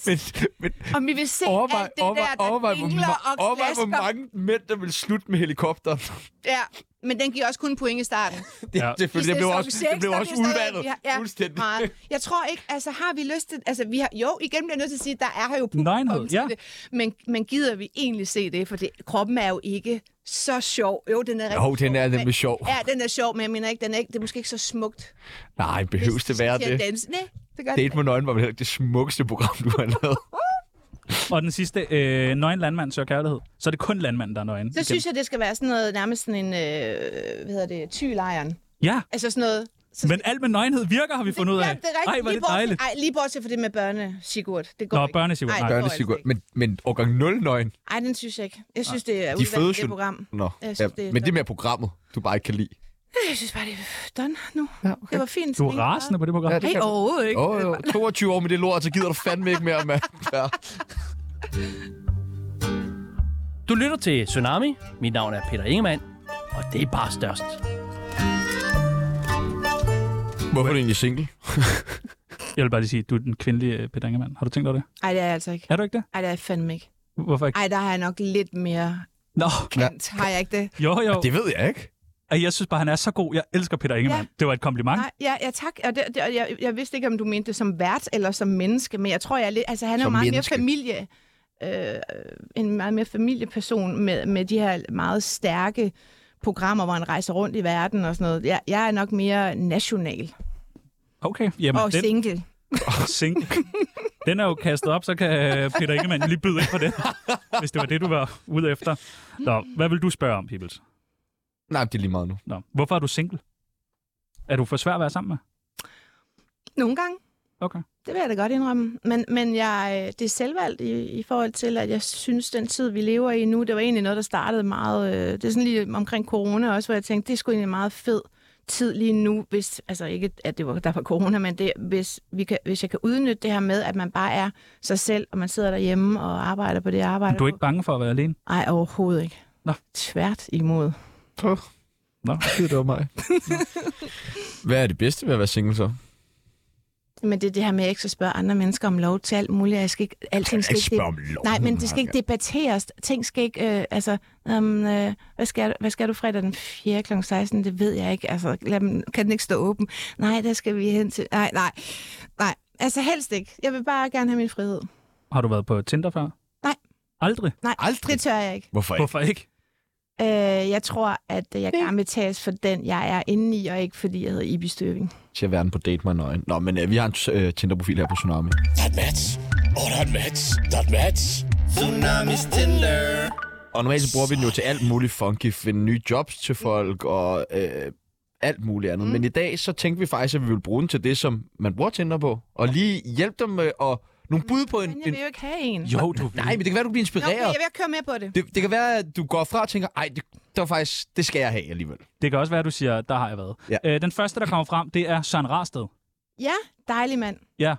[SPEAKER 7] Men, men
[SPEAKER 3] om vi vil se
[SPEAKER 7] overvej,
[SPEAKER 3] alt det
[SPEAKER 7] overvej,
[SPEAKER 3] der, der
[SPEAKER 7] overvej, hvor,
[SPEAKER 3] dingler
[SPEAKER 7] ma-
[SPEAKER 3] og
[SPEAKER 7] overvej hvor
[SPEAKER 3] klasker.
[SPEAKER 7] mange mænd, der vil slutte med helikopter.
[SPEAKER 3] Ja, men den giver også kun point i starten.
[SPEAKER 4] Ja.
[SPEAKER 7] Selvfølgelig, det blev også, det blev også udvandet.
[SPEAKER 3] Ja,
[SPEAKER 7] Fuldstændig.
[SPEAKER 3] Meget. Jeg tror ikke, altså har vi lyst til... Altså, vi har, jo, igen bliver jeg nødt til at sige, der er her jo publikum
[SPEAKER 4] Nøgenhed,
[SPEAKER 3] til
[SPEAKER 4] ja.
[SPEAKER 3] det. Men, men gider vi egentlig se det? For det, kroppen er jo ikke så sjov. Jo, den er rigtig
[SPEAKER 1] Jo, den er
[SPEAKER 3] men-
[SPEAKER 1] nemlig sjov.
[SPEAKER 3] Ja, den er sjov, men jeg mener ikke, den er ikke, det er måske ikke så smukt.
[SPEAKER 1] Nej, behøves det være det?
[SPEAKER 3] Danse. Nej, det gør det.
[SPEAKER 1] Date med nøgen var vel heller ikke det smukkeste program, du har lavet.
[SPEAKER 4] Og den sidste, øh, nøgen landmand søger kærlighed. Så er det kun landmanden, der er nøgen.
[SPEAKER 3] Så synes jeg, det skal være sådan noget, nærmest sådan en, øh, hvad hedder det, tylejren.
[SPEAKER 4] Ja,
[SPEAKER 3] Altså sådan noget... Så
[SPEAKER 4] men alt med nøgenhed virker, har vi fundet ud af.
[SPEAKER 3] Ja, det er rigtigt.
[SPEAKER 4] Ej, hvor er
[SPEAKER 3] lige
[SPEAKER 4] det
[SPEAKER 3] bortset-
[SPEAKER 4] dejligt.
[SPEAKER 3] Ej, lige bortset for det med børne, Sigurd. Det går
[SPEAKER 4] Nå,
[SPEAKER 3] ikke.
[SPEAKER 4] børne, Sigurd.
[SPEAKER 3] Ej,
[SPEAKER 4] Nej.
[SPEAKER 3] det går
[SPEAKER 1] Børne, Sigurd.
[SPEAKER 3] altså
[SPEAKER 1] Men, men årgang 0 nøgen.
[SPEAKER 3] Ej, den synes jeg ikke. Jeg synes, det er
[SPEAKER 1] De
[SPEAKER 3] udvalgt,
[SPEAKER 1] fødes
[SPEAKER 3] det
[SPEAKER 1] jo-
[SPEAKER 3] program.
[SPEAKER 1] Nå,
[SPEAKER 3] Jeg synes,
[SPEAKER 1] ja,
[SPEAKER 3] det er
[SPEAKER 1] men det er mere programmet, du bare ikke kan lide.
[SPEAKER 3] Jeg synes bare, det er done nu. Ja, okay. Det var fint.
[SPEAKER 4] Du er rasende på det program.
[SPEAKER 1] Ja,
[SPEAKER 4] Ja,
[SPEAKER 1] det
[SPEAKER 3] Nej,
[SPEAKER 1] kan
[SPEAKER 3] overhovedet ikke.
[SPEAKER 1] Åh, oh, jo. 22 år med det lort, så gider du fandme ikke mere med. Ja.
[SPEAKER 8] Du lytter til Tsunami. Mit navn er Peter Ingemann, og det er bare størst.
[SPEAKER 1] Hvorfor er du egentlig single?
[SPEAKER 4] Jeg vil bare lige sige, du er den kvindelige øh, Peter Ingemann. Har du tænkt over det?
[SPEAKER 3] Ej, det er jeg altså ikke.
[SPEAKER 4] Er du ikke det?
[SPEAKER 3] Ej, det er jeg fandme ikke.
[SPEAKER 4] Hvorfor ikke?
[SPEAKER 3] Ej, der har jeg nok lidt mere
[SPEAKER 4] Nå,
[SPEAKER 3] kant. Har jeg ikke det?
[SPEAKER 4] jo, jo.
[SPEAKER 1] Det ved jeg ikke.
[SPEAKER 4] Ej, Jeg synes bare, han er så god. Jeg elsker Peter Ingemann. Det var et kompliment.
[SPEAKER 3] Nej, ja, ja tak. Og det, det, og jeg, jeg vidste ikke, om du mente det som vært eller som menneske, men jeg tror, jeg er lidt, altså, han er
[SPEAKER 1] Som
[SPEAKER 3] jo meget
[SPEAKER 1] menneske.
[SPEAKER 3] mere familie. Øh, en meget mere familieperson med, med de her meget stærke programmer, hvor han rejser rundt i verden og sådan noget. Jeg, jeg er nok mere national
[SPEAKER 4] Okay, jamen
[SPEAKER 3] og
[SPEAKER 4] den
[SPEAKER 3] single.
[SPEAKER 4] single. Den er jo kastet op, så kan øh, Peter Ingemann lige byde ind på det, hvis det var det, du var ude efter. Nå, hvad vil du spørge om, Pibels?
[SPEAKER 1] Nej, det er lige meget nu.
[SPEAKER 4] Nå, hvorfor er du single? Er du for svær at være sammen med?
[SPEAKER 3] Nogle gange.
[SPEAKER 4] Okay.
[SPEAKER 3] Det vil jeg da godt indrømme. Men, men jeg, øh, det er selvvalgt i, i forhold til, at jeg synes, den tid, vi lever i nu, det var egentlig noget, der startede meget... Øh, det er sådan lige omkring corona også, hvor jeg tænkte, det skulle egentlig en meget fed tid lige nu, hvis, altså ikke, at det var, der var corona, men det, hvis, vi kan, hvis jeg kan udnytte det her med, at man bare er sig selv, og man sidder derhjemme og arbejder på det, jeg arbejder
[SPEAKER 4] Men Du er ikke bange for at være alene?
[SPEAKER 3] på. Ej, overhovedet ikke.
[SPEAKER 4] Nå.
[SPEAKER 3] Tvært imod.
[SPEAKER 4] Nå,
[SPEAKER 1] Det var mig. Hvad er det bedste ved at være single så?
[SPEAKER 3] Men det er det her med, at jeg ikke skal spørge andre mennesker om lov til alt muligt. og Jeg skal ikke, alting skal ikke,
[SPEAKER 1] om lov.
[SPEAKER 3] Nej, men det skal ikke debatteres. Ting skal ikke, øh, altså, um, øh, hvad, skal, du- hvad skal du fredag den 4. kl. 16? Det ved jeg ikke. Altså, lad dem, kan den ikke stå åben? Nej, der skal vi hen til. Nej, nej, nej. Altså helst ikke. Jeg vil bare gerne have min frihed.
[SPEAKER 4] har du været på Tinder før?
[SPEAKER 3] Nej.
[SPEAKER 4] Aldrig?
[SPEAKER 3] Nej,
[SPEAKER 1] Aldrig?
[SPEAKER 3] det tør jeg ikke.
[SPEAKER 1] Hvorfor ikke?
[SPEAKER 4] Hvorfor ikke?
[SPEAKER 3] Øh, jeg tror, at jeg gerne vil tages for den, jeg er inde i, og ikke fordi jeg hedder Ibi Støving.
[SPEAKER 1] Til at verden på date mig nøgen. Nå, men øh, vi har en øh, Tinder-profil her på Tsunami.
[SPEAKER 6] Der er et match. Åh, der er et match. Der er et match. Tsunamis Tinder.
[SPEAKER 1] Og normalt så bruger vi den jo til alt muligt funky, finde nye jobs til folk og øh, alt muligt andet. Mm. Men i dag så tænkte vi faktisk, at vi ville bruge den til det, som man bruger Tinder på. Og lige hjælpe dem med at, nogle bud på en...
[SPEAKER 3] Men jeg
[SPEAKER 1] en
[SPEAKER 3] vil jo ikke have en.
[SPEAKER 4] Jo, du...
[SPEAKER 1] nej, men det kan være, du bliver
[SPEAKER 3] Nå, okay,
[SPEAKER 1] inspireret.
[SPEAKER 3] jeg vil køre med på det.
[SPEAKER 1] det, det kan være, at du går fra og tænker, ej, det, det var faktisk, det skal jeg have alligevel.
[SPEAKER 4] Det kan også være, at du siger, der har jeg været.
[SPEAKER 1] Ja.
[SPEAKER 4] Øh, den første, der kommer frem, det er Søren Rarsted.
[SPEAKER 3] Ja, dejlig mand.
[SPEAKER 4] Ja.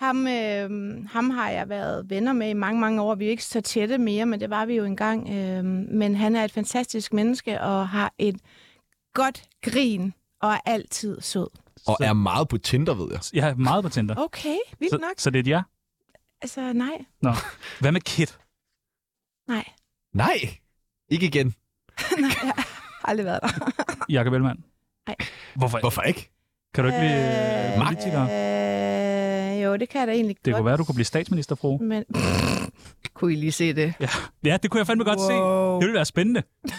[SPEAKER 3] Ham, øh, ham har jeg været venner med i mange, mange år. Vi er jo ikke så tætte mere, men det var vi jo engang. Øh, men han er et fantastisk menneske og har et godt grin og er altid sød.
[SPEAKER 1] Og er meget på Tinder, ved jeg.
[SPEAKER 4] Jeg er meget på Tinder.
[SPEAKER 3] Okay, vildt
[SPEAKER 4] så,
[SPEAKER 3] nok.
[SPEAKER 4] så det er et ja.
[SPEAKER 3] Altså, nej.
[SPEAKER 4] Nå. Hvad med Kit?
[SPEAKER 3] Nej,
[SPEAKER 1] Nej, ikke igen.
[SPEAKER 3] har aldrig været der.
[SPEAKER 4] Jakob Ellemann?
[SPEAKER 3] Nej.
[SPEAKER 4] Hvorfor?
[SPEAKER 1] Hvorfor ikke?
[SPEAKER 4] Kan du ikke blive øh,
[SPEAKER 3] Øh,
[SPEAKER 4] politiker?
[SPEAKER 3] Øh, jo, det kan jeg da egentlig
[SPEAKER 4] Det
[SPEAKER 3] godt.
[SPEAKER 4] kunne være, du kunne blive statsminister, fru.
[SPEAKER 3] Men... kunne I lige se det?
[SPEAKER 4] Ja, det kunne jeg fandme godt se. Det ville være spændende.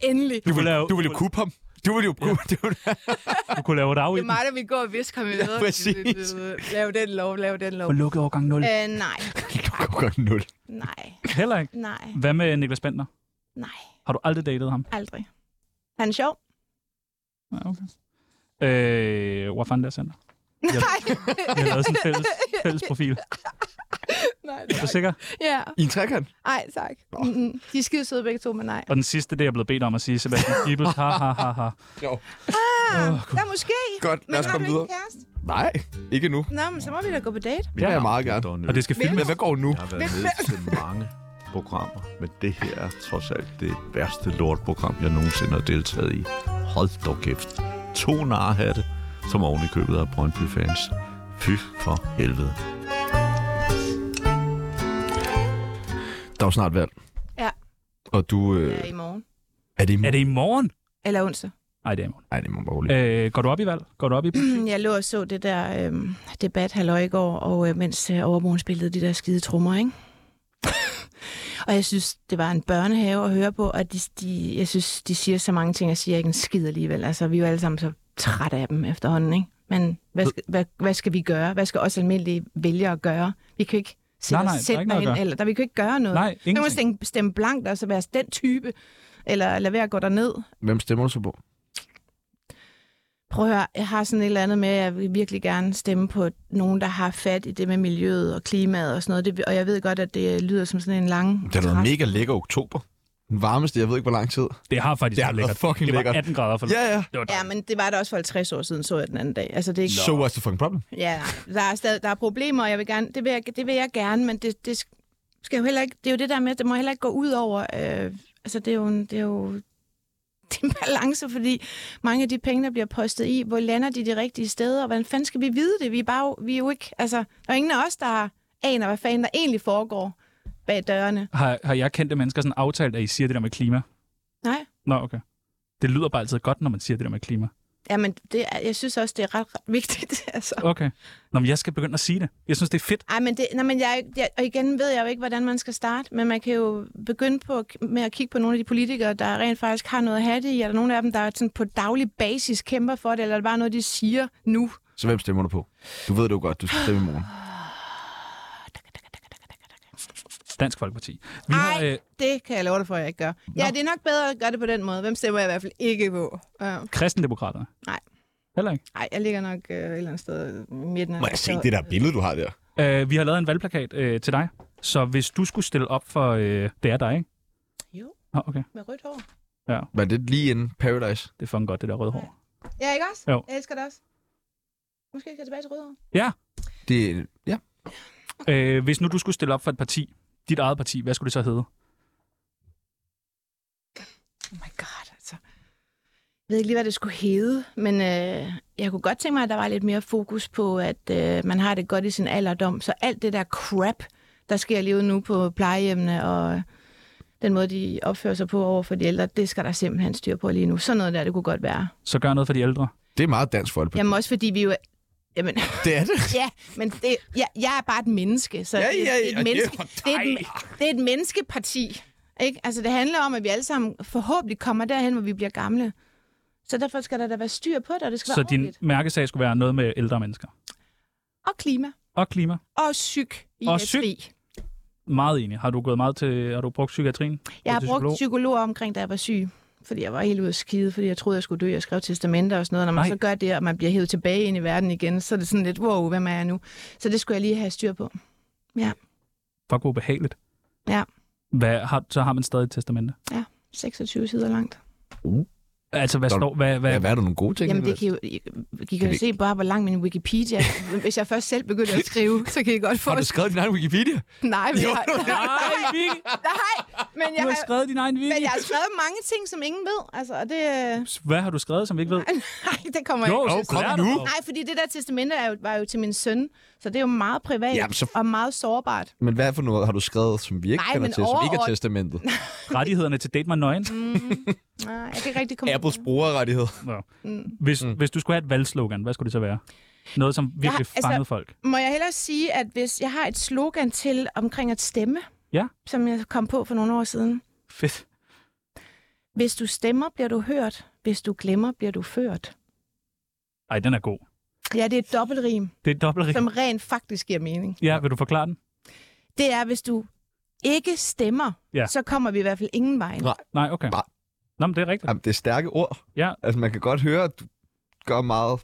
[SPEAKER 3] Endelig.
[SPEAKER 4] Du, kunne lave,
[SPEAKER 1] Du vil jo kuppe ham. Du vil jo kuppe ja.
[SPEAKER 4] du kunne lave dag i
[SPEAKER 3] Det er
[SPEAKER 4] den.
[SPEAKER 3] mig, der vil gå og viske ham i øret.
[SPEAKER 1] præcis.
[SPEAKER 3] Lav den lov, lav den lov.
[SPEAKER 4] Få lukket overgang 0.
[SPEAKER 3] Øh, nej,
[SPEAKER 1] Du går nul.
[SPEAKER 3] nej,
[SPEAKER 4] Heller ikke.
[SPEAKER 3] nej,
[SPEAKER 4] Hvad med Niklas Bender?
[SPEAKER 3] nej.
[SPEAKER 4] Har du aldrig datet ham?
[SPEAKER 3] Aldrig. Han er sjov.
[SPEAKER 4] Ja, okay. Øh, hvor fanden der center?
[SPEAKER 3] Nej.
[SPEAKER 4] Jeg har lavet sådan en fælles, fælles profil.
[SPEAKER 3] nej,
[SPEAKER 4] Er du
[SPEAKER 3] tak.
[SPEAKER 4] sikker?
[SPEAKER 3] Ja.
[SPEAKER 1] I en trekant?
[SPEAKER 3] Ej, tak. Mm-mm. De er skide søde begge to, men nej.
[SPEAKER 4] Og den sidste, det er jeg blevet bedt om at sige, Sebastian Gibbels. Ha, ha, ha, ha.
[SPEAKER 3] Ah, der måske.
[SPEAKER 7] Godt,
[SPEAKER 3] Men
[SPEAKER 7] lad os
[SPEAKER 3] har
[SPEAKER 7] komme
[SPEAKER 3] du
[SPEAKER 7] videre.
[SPEAKER 3] ikke kæreste?
[SPEAKER 7] Nej, ikke nu.
[SPEAKER 3] Nå, men så må vi da gå på date.
[SPEAKER 9] Det
[SPEAKER 4] vil jeg
[SPEAKER 7] meget gerne.
[SPEAKER 4] Og det skal filmes.
[SPEAKER 7] Men hvad går nu?
[SPEAKER 9] Jeg har været med til mange programmer, men det her er trods alt det værste lortprogram, jeg nogensinde har deltaget i. Hold dog kæft. To narhatte, som oven i købet af Brøndby-fans. Fy for helvede.
[SPEAKER 1] Der er jo snart valg.
[SPEAKER 3] Ja.
[SPEAKER 1] Og du... Øh,
[SPEAKER 3] Ja, i morgen.
[SPEAKER 1] er det i
[SPEAKER 4] Er det i morgen?
[SPEAKER 3] Eller onsdag.
[SPEAKER 4] Nej, det er i morgen.
[SPEAKER 1] Nej, det må bare
[SPEAKER 4] Øh, går du op i valg? Går du op i...
[SPEAKER 3] Mm, Jeg lå og så det der øh, debat halløj i går, og øh, mens øh, overmogen spillede de der skide trommer, ikke? og jeg synes, det var en børnehave at høre på, og de, de, jeg synes, de siger så mange ting, og siger ikke en skid alligevel. Altså, vi er jo alle sammen så trætte af dem efterhånden, ikke? Men hvad skal, hvad, hvad skal vi gøre? Hvad skal os almindelige vælgere gøre? Vi kan jo ikke
[SPEAKER 4] Nej,
[SPEAKER 3] sætte nej,
[SPEAKER 4] nej, der er
[SPEAKER 3] os selv
[SPEAKER 4] ikke noget at
[SPEAKER 3] derind,
[SPEAKER 4] gøre.
[SPEAKER 3] eller der, vi kan jo ikke gøre noget.
[SPEAKER 4] Nej,
[SPEAKER 3] Så kan man
[SPEAKER 4] ingenting.
[SPEAKER 3] stemme, stemme blankt, og så være den type, eller lade være at gå derned.
[SPEAKER 1] Hvem stemmer du så på?
[SPEAKER 3] Prøv at høre, jeg har sådan et eller andet med, at jeg vil virkelig gerne stemme på nogen, der har fat i det med miljøet og klimaet og sådan noget. Det, og jeg ved godt, at det øh, lyder som sådan en lang...
[SPEAKER 1] Det har været
[SPEAKER 3] træs.
[SPEAKER 1] mega lækker oktober. Den varmeste, jeg ved ikke, hvor lang tid.
[SPEAKER 4] Det har faktisk
[SPEAKER 1] Det har
[SPEAKER 4] været
[SPEAKER 1] været
[SPEAKER 4] lækkert.
[SPEAKER 1] fucking
[SPEAKER 4] det var
[SPEAKER 1] lækkert.
[SPEAKER 4] 18 grader for
[SPEAKER 1] Ja, ja.
[SPEAKER 4] Det var
[SPEAKER 3] Ja,
[SPEAKER 4] dejligt.
[SPEAKER 3] men det var der også for 50 år siden, så jeg den anden dag. Altså, det er ikke...
[SPEAKER 1] So what's the fucking problem?
[SPEAKER 3] Ja, der er, stadig, der er problemer, og jeg vil gerne, det, vil jeg, det vil jeg gerne, men det, det skal jo heller ikke... Det er jo det der med, at det må heller ikke gå ud over... Øh, altså, det er jo... en- Det er jo det er en balance, fordi mange af de penge, der bliver postet i, hvor lander de de rigtige steder, og hvordan fanden skal vi vide det? Vi er, bare, vi er jo ikke, altså, der er ingen af os, der aner, hvad fanden der egentlig foregår bag dørene.
[SPEAKER 4] Har, har jeg kendte mennesker sådan aftalt, at I siger det der med klima?
[SPEAKER 3] Nej.
[SPEAKER 4] Nå, okay. Det lyder bare altid godt, når man siger det der med klima.
[SPEAKER 3] Jamen, det er, jeg synes også, det er ret, ret vigtigt, altså.
[SPEAKER 4] Okay. Nå, men jeg skal begynde at sige det. Jeg synes, det er fedt.
[SPEAKER 3] Ej, men, det, nej, men jeg, jeg, og igen ved jeg jo ikke, hvordan man skal starte, men man kan jo begynde på, at- med at kigge på nogle af de politikere, der rent faktisk har noget at have det i, er der nogle af dem, der sådan på daglig basis kæmper for det, eller er det bare noget, de siger nu?
[SPEAKER 1] Så hvem stemmer du på? Du ved det jo godt, du skal stemme i morgen.
[SPEAKER 4] Dansk Folkeparti. Vi har,
[SPEAKER 3] Nej,
[SPEAKER 4] øh,
[SPEAKER 3] øh... det kan jeg love dig for, at jeg ikke gør. Ja, det er nok bedre at gøre det på den måde. Hvem stemmer jeg i hvert fald ikke på? Ja.
[SPEAKER 4] kristendemokraterne.
[SPEAKER 3] Nej.
[SPEAKER 4] Heller ikke.
[SPEAKER 3] Ej, jeg ligger nok øh, et eller andet sted i midten af
[SPEAKER 1] Må jeg se det der billede, du har der?
[SPEAKER 4] Øh, vi har lavet en valgplakat øh, til dig. Så hvis du skulle stille op for... Øh, det er dig, ikke?
[SPEAKER 3] Jo,
[SPEAKER 4] Nå, okay.
[SPEAKER 3] med rødt hår.
[SPEAKER 1] Var det lige inden Paradise?
[SPEAKER 4] Det er fucking godt, det der røde hår.
[SPEAKER 3] Ja, ikke også?
[SPEAKER 4] Jo.
[SPEAKER 3] Jeg elsker det også. Måske skal jeg tilbage til rødt hår.
[SPEAKER 1] Det, ja.
[SPEAKER 4] Øh, hvis nu du skulle stille op for et parti, dit eget parti, hvad skulle det så hedde?
[SPEAKER 3] Oh my god, altså. Jeg ved ikke lige, hvad det skulle hedde, men øh, jeg kunne godt tænke mig, at der var lidt mere fokus på, at øh, man har det godt i sin alderdom. Så alt det der crap, der sker lige ude nu på plejehjemmene, og den måde, de opfører sig på over for de ældre, det skal der simpelthen styr på lige nu. Sådan noget der, det kunne godt være.
[SPEAKER 4] Så gør noget for de ældre.
[SPEAKER 1] Det er meget dansk folkeparti.
[SPEAKER 3] Jamen også fordi vi jo... er- Jamen,
[SPEAKER 1] Det er det.
[SPEAKER 3] ja, men det, ja, jeg er bare et menneske, så
[SPEAKER 1] Ja, ja,
[SPEAKER 3] det, det, er
[SPEAKER 1] ja,
[SPEAKER 3] et menneske,
[SPEAKER 1] det er
[SPEAKER 3] det, er et, det er et menneskeparti. Ikke? Altså, det handler om, at vi alle sammen forhåbentlig kommer derhen, hvor vi bliver gamle. Så derfor skal der da være styr på det, og det skal
[SPEAKER 4] Så
[SPEAKER 3] være
[SPEAKER 4] din
[SPEAKER 3] ordentligt.
[SPEAKER 4] mærkesag skulle være noget med ældre mennesker.
[SPEAKER 3] Og klima.
[SPEAKER 4] Og klima.
[SPEAKER 3] Og psyk. I
[SPEAKER 4] Og psyk. Meget enig. Har du gået meget til... Har du brugt psykiatrien?
[SPEAKER 3] Jeg har
[SPEAKER 4] til
[SPEAKER 3] brugt
[SPEAKER 4] psykolog?
[SPEAKER 3] psykologer omkring, da jeg var syg. Fordi jeg var helt ude af skide, fordi jeg troede, jeg skulle dø. Jeg skrev testamenter og sådan noget. Når man
[SPEAKER 4] Nej.
[SPEAKER 3] så gør det, og man bliver hævet tilbage ind i verden igen, så er det sådan lidt, wow, hvem er jeg nu? Så det skulle jeg lige have styr på.
[SPEAKER 4] Fuck, hvor ubehageligt.
[SPEAKER 3] Ja.
[SPEAKER 4] Hvad, har, så har man stadig et testamente.
[SPEAKER 3] 26 sider langt.
[SPEAKER 4] Altså, hvad
[SPEAKER 1] Nå,
[SPEAKER 4] står... Hvad, hvad,
[SPEAKER 1] Ja, hvad er der nogle gode ting?
[SPEAKER 3] Jamen,
[SPEAKER 1] ved?
[SPEAKER 3] det kan I jo, I, I kan jo se bare, hvor lang min Wikipedia er. Hvis jeg først selv begynder at skrive, så kan I godt få...
[SPEAKER 1] Har du skrevet din egen Wikipedia?
[SPEAKER 3] Nej, men jeg, har-
[SPEAKER 4] Nej, Vicky!
[SPEAKER 3] nej, men jeg
[SPEAKER 4] Du har
[SPEAKER 3] har,
[SPEAKER 4] skrevet din egen
[SPEAKER 3] men
[SPEAKER 4] Vicky.
[SPEAKER 3] jeg har skrevet mange ting, som ingen ved. Altså, og det...
[SPEAKER 4] Hvad har du skrevet, som vi ikke ved?
[SPEAKER 3] Nej, det kommer
[SPEAKER 4] Jo,
[SPEAKER 3] jeg
[SPEAKER 4] så
[SPEAKER 1] kom
[SPEAKER 4] lær
[SPEAKER 1] nu.
[SPEAKER 4] dig dog.
[SPEAKER 3] Nej, fordi det der testamente er jo, var jo til min søn, så det er jo meget privat
[SPEAKER 1] Jamen, så-
[SPEAKER 3] og meget sårbart.
[SPEAKER 1] Men hvad for noget har du skrevet, som vi ikke
[SPEAKER 3] Nej,
[SPEAKER 1] kender
[SPEAKER 3] men
[SPEAKER 1] til, som ikke er
[SPEAKER 3] overordnet-
[SPEAKER 1] testamentet?
[SPEAKER 4] Rettighederne til Date mig nøgen.
[SPEAKER 3] Mm. Nej, jeg kan ikke rigtig komme
[SPEAKER 1] Apples brugerrettighed.
[SPEAKER 4] Hvis, mm. hvis du skulle have et valgslogan, hvad skulle det så være? Noget, som virkelig
[SPEAKER 3] har- altså-
[SPEAKER 4] fangede folk.
[SPEAKER 3] Må jeg hellere sige, at hvis jeg har et slogan til omkring at stemme,
[SPEAKER 4] Ja.
[SPEAKER 3] som jeg kom på for nogle år siden.
[SPEAKER 4] Fedt.
[SPEAKER 3] Hvis du stemmer, bliver du hørt. Hvis du glemmer, bliver du ført.
[SPEAKER 4] Ej, den er god.
[SPEAKER 3] Ja, det er et dobbeltrim,
[SPEAKER 4] Det er dobbelt rigtigt.
[SPEAKER 3] som rent faktisk giver mening.
[SPEAKER 4] Ja, vil du forklare den?
[SPEAKER 3] Det er, hvis du ikke stemmer,
[SPEAKER 4] Ja.
[SPEAKER 3] så kommer vi i hvert fald ingen vej.
[SPEAKER 1] Nej.
[SPEAKER 4] Nej, okay.
[SPEAKER 1] Nej.
[SPEAKER 4] Nå, men det er rigtigt.
[SPEAKER 1] Jamen, det er stærke ord.
[SPEAKER 4] Ja.
[SPEAKER 1] Altså, man kan godt høre, at du gør meget.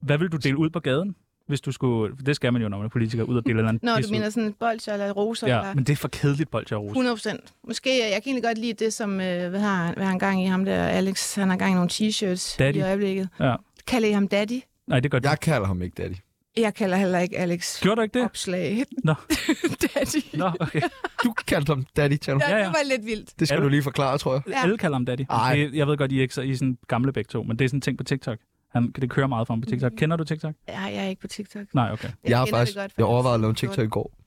[SPEAKER 4] Hvad vil du dele ud på gaden? Hvis du skulle... Det skal man jo, når man er politiker, ud og dele et eller andet
[SPEAKER 3] Når
[SPEAKER 4] pis
[SPEAKER 3] du mener sådan bolcher eller roser.
[SPEAKER 4] ud.
[SPEAKER 3] eller...
[SPEAKER 4] Ja, men det er for kedeligt, Bolger og Rose.
[SPEAKER 3] 100 procent. Måske, øh, jeg kan egentlig godt lide det, som, øh, hvad, har, han- hvad har han gang i ham der, Alex, han har gang i nogle t-shirts
[SPEAKER 4] Daddy.
[SPEAKER 3] i øjeblikket.
[SPEAKER 4] Ja.
[SPEAKER 3] Kalder I ham daddy?
[SPEAKER 4] Nej, det gør du.
[SPEAKER 1] Jeg kalder ham ikke daddy.
[SPEAKER 3] Jeg kalder heller ikke Alex
[SPEAKER 4] Gjorde du ikke det?
[SPEAKER 3] opslag
[SPEAKER 4] Nå.
[SPEAKER 3] daddy.
[SPEAKER 4] Nå, okay.
[SPEAKER 1] Du kaldte ham daddy, Tjerno.
[SPEAKER 3] Ja,
[SPEAKER 4] Ja,
[SPEAKER 3] ja.
[SPEAKER 4] ja.
[SPEAKER 3] Det var lidt vildt.
[SPEAKER 1] Det skal
[SPEAKER 4] Er
[SPEAKER 1] du lige forklare, tror jeg.
[SPEAKER 3] Ja.
[SPEAKER 4] Alle kalder ham Daddy.
[SPEAKER 1] Ej.
[SPEAKER 4] Det, jeg ved godt, I er ikke så I er sådan gamle begge to, men det er sådan en ting på TikTok. Han, det kører meget for ham på TikTok.
[SPEAKER 3] Mm.
[SPEAKER 4] Kender du TikTok?
[SPEAKER 3] Ja, jeg er ikke på TikTok.
[SPEAKER 4] Nej, okay.
[SPEAKER 1] Jeg, jeg har
[SPEAKER 3] kender
[SPEAKER 1] faktisk
[SPEAKER 3] det godt, for
[SPEAKER 1] jeg overvejede at lave en
[SPEAKER 3] har
[SPEAKER 1] TikTok i går.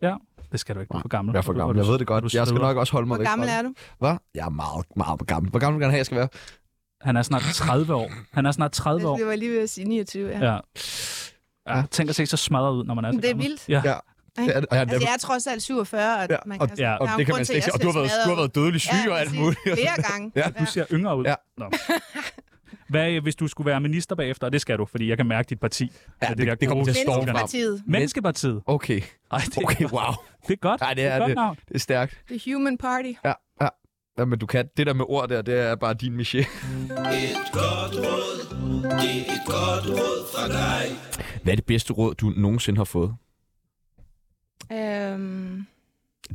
[SPEAKER 4] Det skal du ikke. Du er for gammel.
[SPEAKER 1] Jeg er for gammel. Jeg ved det godt. Jeg skal nok også holde mig
[SPEAKER 3] Hvor
[SPEAKER 1] væk
[SPEAKER 3] gammel
[SPEAKER 1] fra
[SPEAKER 3] er du?
[SPEAKER 1] det. Hvad? Jeg er meget, meget gammel. Hvor gammel vil du gerne have, jeg skal være?
[SPEAKER 4] Han er snart 30 år. Han er snart 30 år.
[SPEAKER 3] Det Altså, var lige ved at sige 29, ja.
[SPEAKER 4] Ja. ja. Tænk at se så smadret ud, når man er så
[SPEAKER 3] Det er
[SPEAKER 4] gammel.
[SPEAKER 3] vildt.
[SPEAKER 4] Ja.
[SPEAKER 1] Ja. Det er det. Og jeg,
[SPEAKER 3] Altså, jeg er trods alt 47, og
[SPEAKER 1] Ja,
[SPEAKER 3] man kan...
[SPEAKER 4] ja,
[SPEAKER 3] der
[SPEAKER 1] og
[SPEAKER 3] er jo
[SPEAKER 1] det kan
[SPEAKER 3] en
[SPEAKER 1] man
[SPEAKER 3] grund til,
[SPEAKER 1] slet ikke se.
[SPEAKER 3] at jeg
[SPEAKER 1] Og du har, været,
[SPEAKER 3] ser
[SPEAKER 1] du
[SPEAKER 3] smadret
[SPEAKER 1] har været dødelig syg
[SPEAKER 3] ud.
[SPEAKER 1] og alt
[SPEAKER 3] præcis.
[SPEAKER 1] muligt.
[SPEAKER 3] Flere gange.
[SPEAKER 1] Ja,
[SPEAKER 4] Du ser yngre ud.
[SPEAKER 1] Ja.
[SPEAKER 4] Nå. Hvad øh, hvis du skulle være minister bagefter? Og det skal du, fordi jeg kan mærke dit parti.
[SPEAKER 1] Ja,
[SPEAKER 4] Med
[SPEAKER 1] det-
[SPEAKER 4] der
[SPEAKER 1] det kommer
[SPEAKER 4] gode-
[SPEAKER 1] til at storme frem.
[SPEAKER 3] Menneskepartiet,
[SPEAKER 4] Menneskepartiet.
[SPEAKER 1] Okay.
[SPEAKER 4] Ej, det,
[SPEAKER 1] Okay, wow.
[SPEAKER 4] det er godt.
[SPEAKER 1] Nej, det er
[SPEAKER 4] godt
[SPEAKER 1] det.
[SPEAKER 4] navn.
[SPEAKER 1] Det er stærkt.
[SPEAKER 3] The Human Party.
[SPEAKER 1] Ja, ja. Jamen, du kan. Det der med ord der, det er bare din miché. Hvad er det bedste råd, du nogensinde har fået?
[SPEAKER 3] Øhm,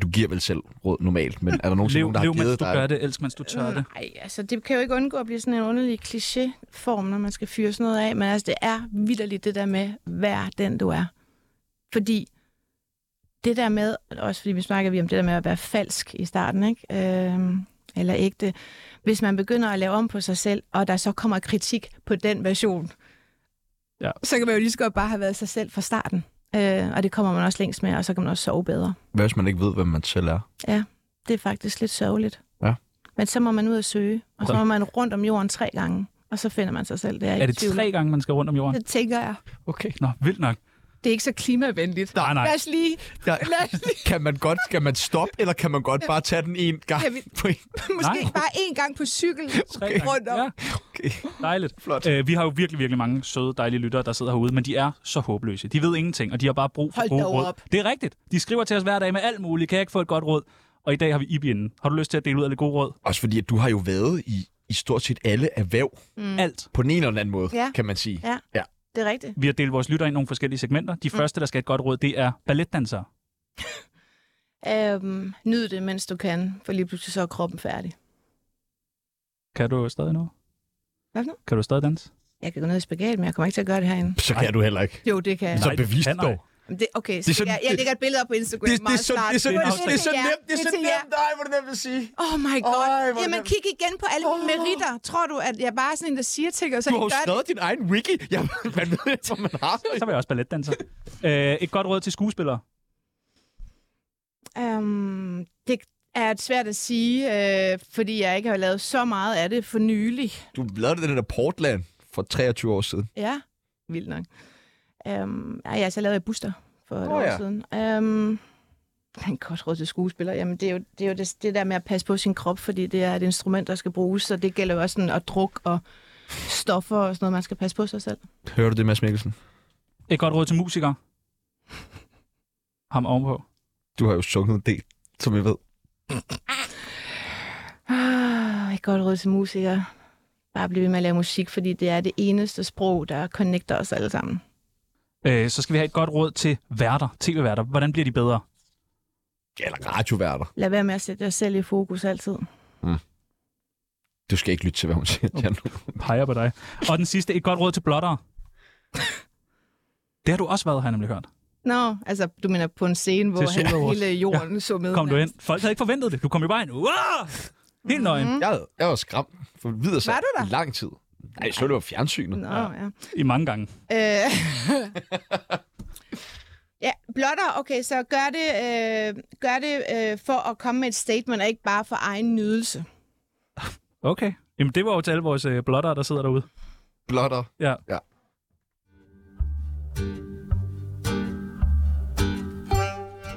[SPEAKER 1] Du giver vel selv råd normalt, men er der nogensinde
[SPEAKER 4] Lev,
[SPEAKER 1] nogen, der
[SPEAKER 4] lev
[SPEAKER 1] har
[SPEAKER 4] mens
[SPEAKER 1] givet
[SPEAKER 4] du
[SPEAKER 1] dig?
[SPEAKER 4] gør det, elsk mens du tør det.
[SPEAKER 3] Nej, altså det kan jo ikke undgå at blive sådan en underlig klichéform, når man skal fyre sådan noget af, men altså det er vidderligt det der med, vær den du er. Fordi det der med, også fordi vi snakker vi om det der med at være falsk i starten, ikke? Øhm, eller ægte. Hvis man begynder at lave om på sig selv, og der så kommer kritik på den version,
[SPEAKER 4] Ja.
[SPEAKER 3] så kan man jo lige så godt bare have været sig selv fra starten. Øh, og det kommer man også længst med, og så kan man også sove bedre.
[SPEAKER 1] Hvad hvis man ikke ved, hvem man selv er?
[SPEAKER 3] Det er faktisk lidt sørgeligt.
[SPEAKER 1] Ja.
[SPEAKER 3] Men så må man ud og søge, og så
[SPEAKER 4] Ja.
[SPEAKER 3] må man rundt om jorden tre gange, og så finder man sig selv. Det er, jeg
[SPEAKER 4] Er
[SPEAKER 3] ikke
[SPEAKER 4] det
[SPEAKER 3] i tvivl.
[SPEAKER 4] tre gange, man skal rundt om jorden?
[SPEAKER 3] Det tænker jeg.
[SPEAKER 1] Okay.
[SPEAKER 4] Nå, vildt nok. Ah,
[SPEAKER 3] Det er ikke så klimavenligt.
[SPEAKER 4] Nej, nej.
[SPEAKER 3] Lad os lige...
[SPEAKER 1] Ja.
[SPEAKER 3] Lad os lige
[SPEAKER 1] Kan man godt, skal man stoppe, eller kan man godt bare tage den en gang?
[SPEAKER 3] Ja, vi-
[SPEAKER 1] på en?
[SPEAKER 3] måske
[SPEAKER 4] Nej.
[SPEAKER 3] bare én gang på cykel
[SPEAKER 4] Tre
[SPEAKER 3] okay.
[SPEAKER 4] gange.
[SPEAKER 3] rundt om.
[SPEAKER 4] Ja,
[SPEAKER 1] Okay.
[SPEAKER 4] dejligt.
[SPEAKER 1] Flot.
[SPEAKER 4] Æ, vi har jo virkelig, virkelig mange søde, dejlige lyttere, der sidder herude, men de er så håbløse. De ved ingenting, og de har bare brug for
[SPEAKER 3] Hold
[SPEAKER 4] gode
[SPEAKER 3] dog
[SPEAKER 4] råd.
[SPEAKER 3] op.
[SPEAKER 4] Det er rigtigt. De skriver til os hver dag med alt muligt. Kan jeg ikke få et godt råd? Og i dag har vi Ibi inden. Har du lyst til at dele ud af det gode råd?
[SPEAKER 1] Øh. Også fordi, at du har jo været i, i stort set alle erhverv,
[SPEAKER 4] Mm. Alt.
[SPEAKER 1] på den ene eller anden måde,
[SPEAKER 3] Ja.
[SPEAKER 1] kan man sige.
[SPEAKER 3] Ja. Det er rigtigt.
[SPEAKER 4] Vi har delt vores lytter ind i nogle forskellige segmenter.
[SPEAKER 3] Mm.
[SPEAKER 4] De første, der skal have et godt råd, det er balletdansere.
[SPEAKER 3] Øhm, nyd det, mens du kan, for lige pludselig så er kroppen færdig.
[SPEAKER 4] Kan du stadig noget?
[SPEAKER 3] Hvad for noget?
[SPEAKER 4] Kan du stadig danse?
[SPEAKER 3] Jeg kan gå ned i spagat, men jeg kommer ikke til at gøre det herinde.
[SPEAKER 1] Så kan du heller ikke.
[SPEAKER 3] Jo, det kan jeg.
[SPEAKER 1] Så bevis
[SPEAKER 4] kan
[SPEAKER 1] dog.
[SPEAKER 4] jeg.
[SPEAKER 3] Det, okay,
[SPEAKER 1] Det
[SPEAKER 3] så det
[SPEAKER 1] er sådan-
[SPEAKER 3] jeg, jeg
[SPEAKER 1] det-
[SPEAKER 3] lægger et billede op på Instagram
[SPEAKER 1] Det, det,
[SPEAKER 3] meget
[SPEAKER 1] er så,
[SPEAKER 3] snart.
[SPEAKER 1] det, er så,
[SPEAKER 4] Det er en
[SPEAKER 1] nemt, det er så
[SPEAKER 3] aftale.
[SPEAKER 1] nemt, det er
[SPEAKER 3] Det
[SPEAKER 1] så
[SPEAKER 3] er til jer.
[SPEAKER 1] nemt, nej, hvor er det nemt at sige.
[SPEAKER 3] Oh my god.
[SPEAKER 1] Ej, hvor er
[SPEAKER 3] Jamen,
[SPEAKER 1] det-
[SPEAKER 3] kig igen på alle mine meritter. Tror du, at jeg bare er sådan en, der siger ting, og så
[SPEAKER 1] Du
[SPEAKER 3] ikke
[SPEAKER 1] har jo
[SPEAKER 3] gør det?
[SPEAKER 1] skrevet din egen wiki. Ja, man ved ikke, hvor man har det.
[SPEAKER 4] Så var jeg også balletdanser. øh, et godt råd til skuespillere.
[SPEAKER 3] Um, det er svært at sige, øh, fordi jeg ikke har lavet så meget af det for nylig.
[SPEAKER 1] Du lavede den der Portland for 23 år siden.
[SPEAKER 3] Ja, Øhm, vildt nok. Um, ej, altså, jeg lavede Buster for et
[SPEAKER 1] Nå
[SPEAKER 3] år
[SPEAKER 1] ja.
[SPEAKER 3] siden. Um, han kan også råd til skuespiller. Jamen, det er jo, det, er jo det, det der med at passe på sin krop, fordi det er et instrument, der skal bruges, så det gælder jo også sådan at druk og stoffer og sådan noget. Man skal passe på sig selv.
[SPEAKER 1] Hører du det, Mads Mikkelsen?
[SPEAKER 4] Et godt råd til musikere. Ham ovenpå.
[SPEAKER 1] Du har jo sunget en del, som jeg ved.
[SPEAKER 3] Ah, et godt råd til musikere. Bare blive ved med at lave musik, fordi det er det eneste sprog, der connecter os alle sammen.
[SPEAKER 4] Øh, så skal vi have et godt råd til værter, tv-værter. Hvordan bliver de bedre?
[SPEAKER 1] Ja, eller radioværter.
[SPEAKER 3] Lad være med at sætte jer selv i fokus altid.
[SPEAKER 1] Du skal ikke lytte til, hvad hun siger. Jan.
[SPEAKER 4] Peger på dig. Og den sidste, et godt råd til blottere. Det har du også været, har jeg nemlig hørt.
[SPEAKER 3] Nå, altså, du mener på en scene, hvor
[SPEAKER 4] Til Silver
[SPEAKER 3] han,
[SPEAKER 4] Awards.
[SPEAKER 3] hele jorden ja. så med.
[SPEAKER 4] Kom du ind. Folk havde ikke forventet det. Du kom jo bare ind. Uah! Helt nøgen.
[SPEAKER 3] Mhm.
[SPEAKER 1] Jeg, havde- jeg var skræmt for videre sig
[SPEAKER 3] Var du der?
[SPEAKER 1] i lang tid. Nej, jeg så det var fjernsynet.
[SPEAKER 3] Nå, ja.
[SPEAKER 4] I mange gange.
[SPEAKER 3] Øh. ja, blotter, okay, så gør det, øh, gør det øh, for at komme med et statement, og ikke bare for egen nydelse.
[SPEAKER 4] Okay. Jamen, det var jo til alle vores øh, blottere, der sidder derude.
[SPEAKER 1] Blotter.
[SPEAKER 4] Ja.
[SPEAKER 1] Ja.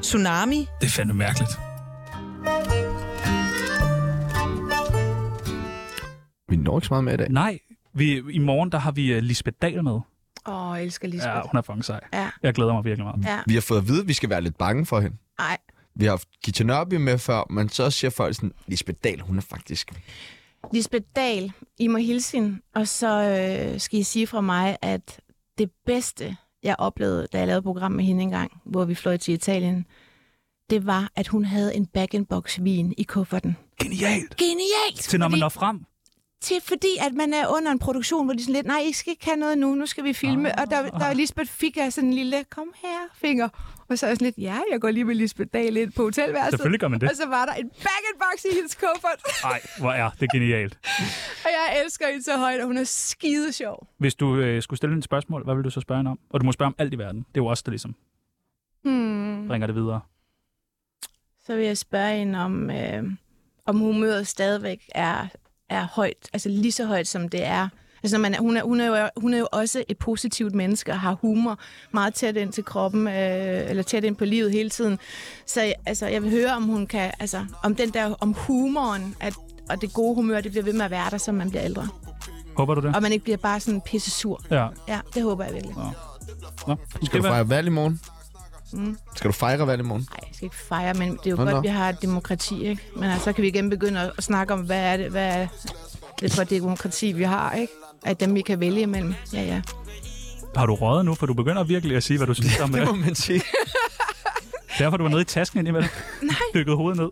[SPEAKER 5] Tsunami.
[SPEAKER 4] Det er fandme mærkeligt.
[SPEAKER 1] Vi når ikke så meget med i dag.
[SPEAKER 4] Nej, vi, i morgen der har vi øh, Lisbeth Dahl med.
[SPEAKER 3] Åh, jeg elsker Lisbeth.
[SPEAKER 4] Ja,
[SPEAKER 3] Ja.
[SPEAKER 4] hun er fucking sej.
[SPEAKER 3] Ja.
[SPEAKER 4] Jeg glæder mig virkelig meget.
[SPEAKER 1] Vi har fået at vide, at vi skal være lidt bange for hende.
[SPEAKER 3] Ej.
[SPEAKER 1] Vi har haft Gita Nørby med før, men så siger folk sådan, Lisbeth Dahl, hun er faktisk...
[SPEAKER 3] Lisbeth Dahl, I må hilse hende, og så øh, skal I sige fra mig, at det bedste, jeg oplevede, da jeg lavede et program med hende engang, hvor vi fløj til Italien, det var, at hun havde en bag-in-box vin i kufferten.
[SPEAKER 4] Genialt!
[SPEAKER 3] Genialt!
[SPEAKER 4] Til når man
[SPEAKER 3] fordi- Altså-
[SPEAKER 4] når frem.
[SPEAKER 3] til, fordi at man er under en produktion, hvor de er sådan lidt, nej, I skal ikke have noget nu, nu skal vi filme. Ah, og der, der Lisbeth fik jeg sådan en lille, kom her, finger. Og så er jeg sådan lidt, ja, jeg går lige med Lisbeth Dahl ind på hotelværelset.
[SPEAKER 4] Selvfølgelig gør man det.
[SPEAKER 3] Og så var der en bag-in-box i hendes kuffert,
[SPEAKER 4] Nej, hvor er det genialt.
[SPEAKER 3] og jeg elsker hende så højt, og hun er skide sjov.
[SPEAKER 4] Hvis du øh, skulle stille hende et spørgsmål, hvad ville du så spørge hende om? Og du må spørge om alt i verden. Det er jo også der ligesom
[SPEAKER 3] Hmm.
[SPEAKER 4] bringer det videre.
[SPEAKER 3] Så vil jeg spørge hende, om, øh, om humøret stadigvæk er, er højt, altså lige så højt, som det er. Altså, når man er, hun, er, hun, er jo, hun er jo også et positivt menneske og har humor meget tæt ind til kroppen, øh, eller tæt ind på livet hele tiden. Så altså, jeg vil høre, om hun kan, altså, om den der, om humoren, at, og det gode humør, det bliver ved med at være der, som man bliver ældre.
[SPEAKER 4] Håber du det?
[SPEAKER 3] Og man ikke bliver bare sådan pisse sur.
[SPEAKER 4] Ja.
[SPEAKER 3] Ja, det håber jeg virkelig.
[SPEAKER 4] Nå.
[SPEAKER 1] Skal
[SPEAKER 4] Det
[SPEAKER 1] du
[SPEAKER 4] var-
[SPEAKER 1] fejre valg i morgen? Mm. Skal du fejre valg i morgen?
[SPEAKER 3] Nej, jeg skal ikke fejre, men det er jo
[SPEAKER 1] Nå,
[SPEAKER 3] godt,
[SPEAKER 1] nå.
[SPEAKER 3] at vi har et demokrati, ikke? Men altså, så kan vi igen begynde at, at snakke om, hvad er det, hvad er det for et demokrati, vi har, ikke? At dem, vi kan vælge imellem. Ja, ja.
[SPEAKER 4] Har du røget nu? For du begynder virkelig at sige, hvad du synes om det.
[SPEAKER 1] Må man sige.
[SPEAKER 4] Derfor er du var nede i tasken ind imellem. Nej. Dykket hovedet ned.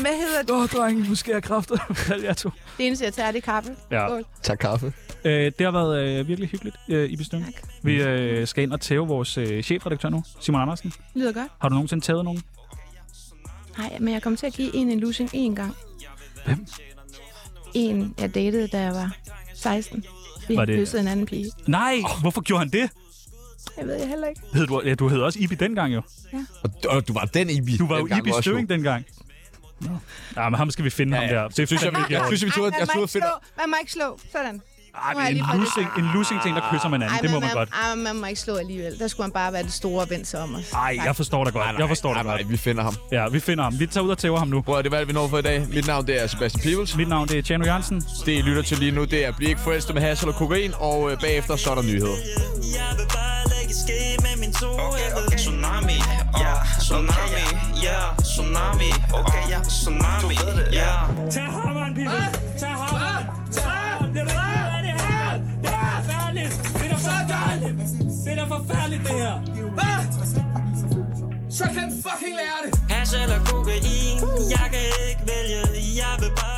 [SPEAKER 3] Hvad hedder det?
[SPEAKER 4] Åh, oh, drenge, nu skal jeg kræfte. jeg to.
[SPEAKER 3] Det eneste, jeg tager, det er kaffe.
[SPEAKER 4] Ja.
[SPEAKER 3] Skål.
[SPEAKER 1] Tag kaffe.
[SPEAKER 4] Øh, det har været øh, virkelig hyggeligt øh, i bestyrelsen.
[SPEAKER 3] Tak.
[SPEAKER 4] Vi øh, skal ind og tæve vores øh, chefredaktør nu, Simon Andersen.
[SPEAKER 3] Lyder godt.
[SPEAKER 4] Har du nogensinde tævet nogen?
[SPEAKER 3] Nej, men jeg kom til at give en en losing én gang.
[SPEAKER 4] Hvem?
[SPEAKER 3] En, jeg datede, da jeg var 16. Vi
[SPEAKER 4] Var
[SPEAKER 3] har
[SPEAKER 4] det-
[SPEAKER 3] kysset en anden pige.
[SPEAKER 4] Nej, oh. hvorfor gjorde han det?
[SPEAKER 3] Jeg ved jeg heller ikke.
[SPEAKER 4] Hed du, ja, du hed også Ibi dengang jo.
[SPEAKER 1] Og, og du var den Ibi.
[SPEAKER 4] Du var jo
[SPEAKER 1] dengang,
[SPEAKER 4] Ibi
[SPEAKER 1] også
[SPEAKER 4] Støving dengang. Nå. Ja, men ham skal vi finde ja, ja. ham der. Det synes jeg, vi
[SPEAKER 1] Jeg synes, vi
[SPEAKER 3] Ej,
[SPEAKER 1] tog, jeg
[SPEAKER 3] man, må
[SPEAKER 1] tog
[SPEAKER 3] ikke
[SPEAKER 1] fedt.
[SPEAKER 3] slå. man må ikke slå. Sådan.
[SPEAKER 4] Ej,
[SPEAKER 3] Nu har jeg
[SPEAKER 4] men en
[SPEAKER 3] lige fået det.
[SPEAKER 4] losing, en losing ting, der kysser man anden. det må
[SPEAKER 3] man,
[SPEAKER 4] man godt.
[SPEAKER 3] Ej, man må ikke slå alligevel. Der skulle man bare være det store og vendt sig om os.
[SPEAKER 4] Nej, jeg forstår dig godt. Jeg forstår dig
[SPEAKER 1] Nej,
[SPEAKER 4] godt.
[SPEAKER 1] nej, vi finder ham.
[SPEAKER 4] Ja, vi finder ham. Vi tager ud og tæver ham nu.
[SPEAKER 1] Prøv at det er, hvad vi når for i dag. Mit navn det er Sebastian Peebles.
[SPEAKER 4] Mit navn det er Tjerno Jørgensen.
[SPEAKER 1] Det, I lytter til lige nu, det er Bliv ikke forelsket med Hassel og Kokain. Og øh, bagefter, så er der
[SPEAKER 10] Jeg
[SPEAKER 1] nyheder.
[SPEAKER 10] vil bare lægge ske med min to okay, okay. Tsunami, ja, tsunami, ja, tsunami Okay, ja, tsunami, ja
[SPEAKER 11] Tag hammeren, Pibel! Tag hammeren! Tag hammeren! Det er det det her! Det er forfærdeligt! Det er da forfærdeligt! Det er da forfærdeligt, det her!
[SPEAKER 10] Hash eller kokain, jeg kan ikke vælge Jeg vil bare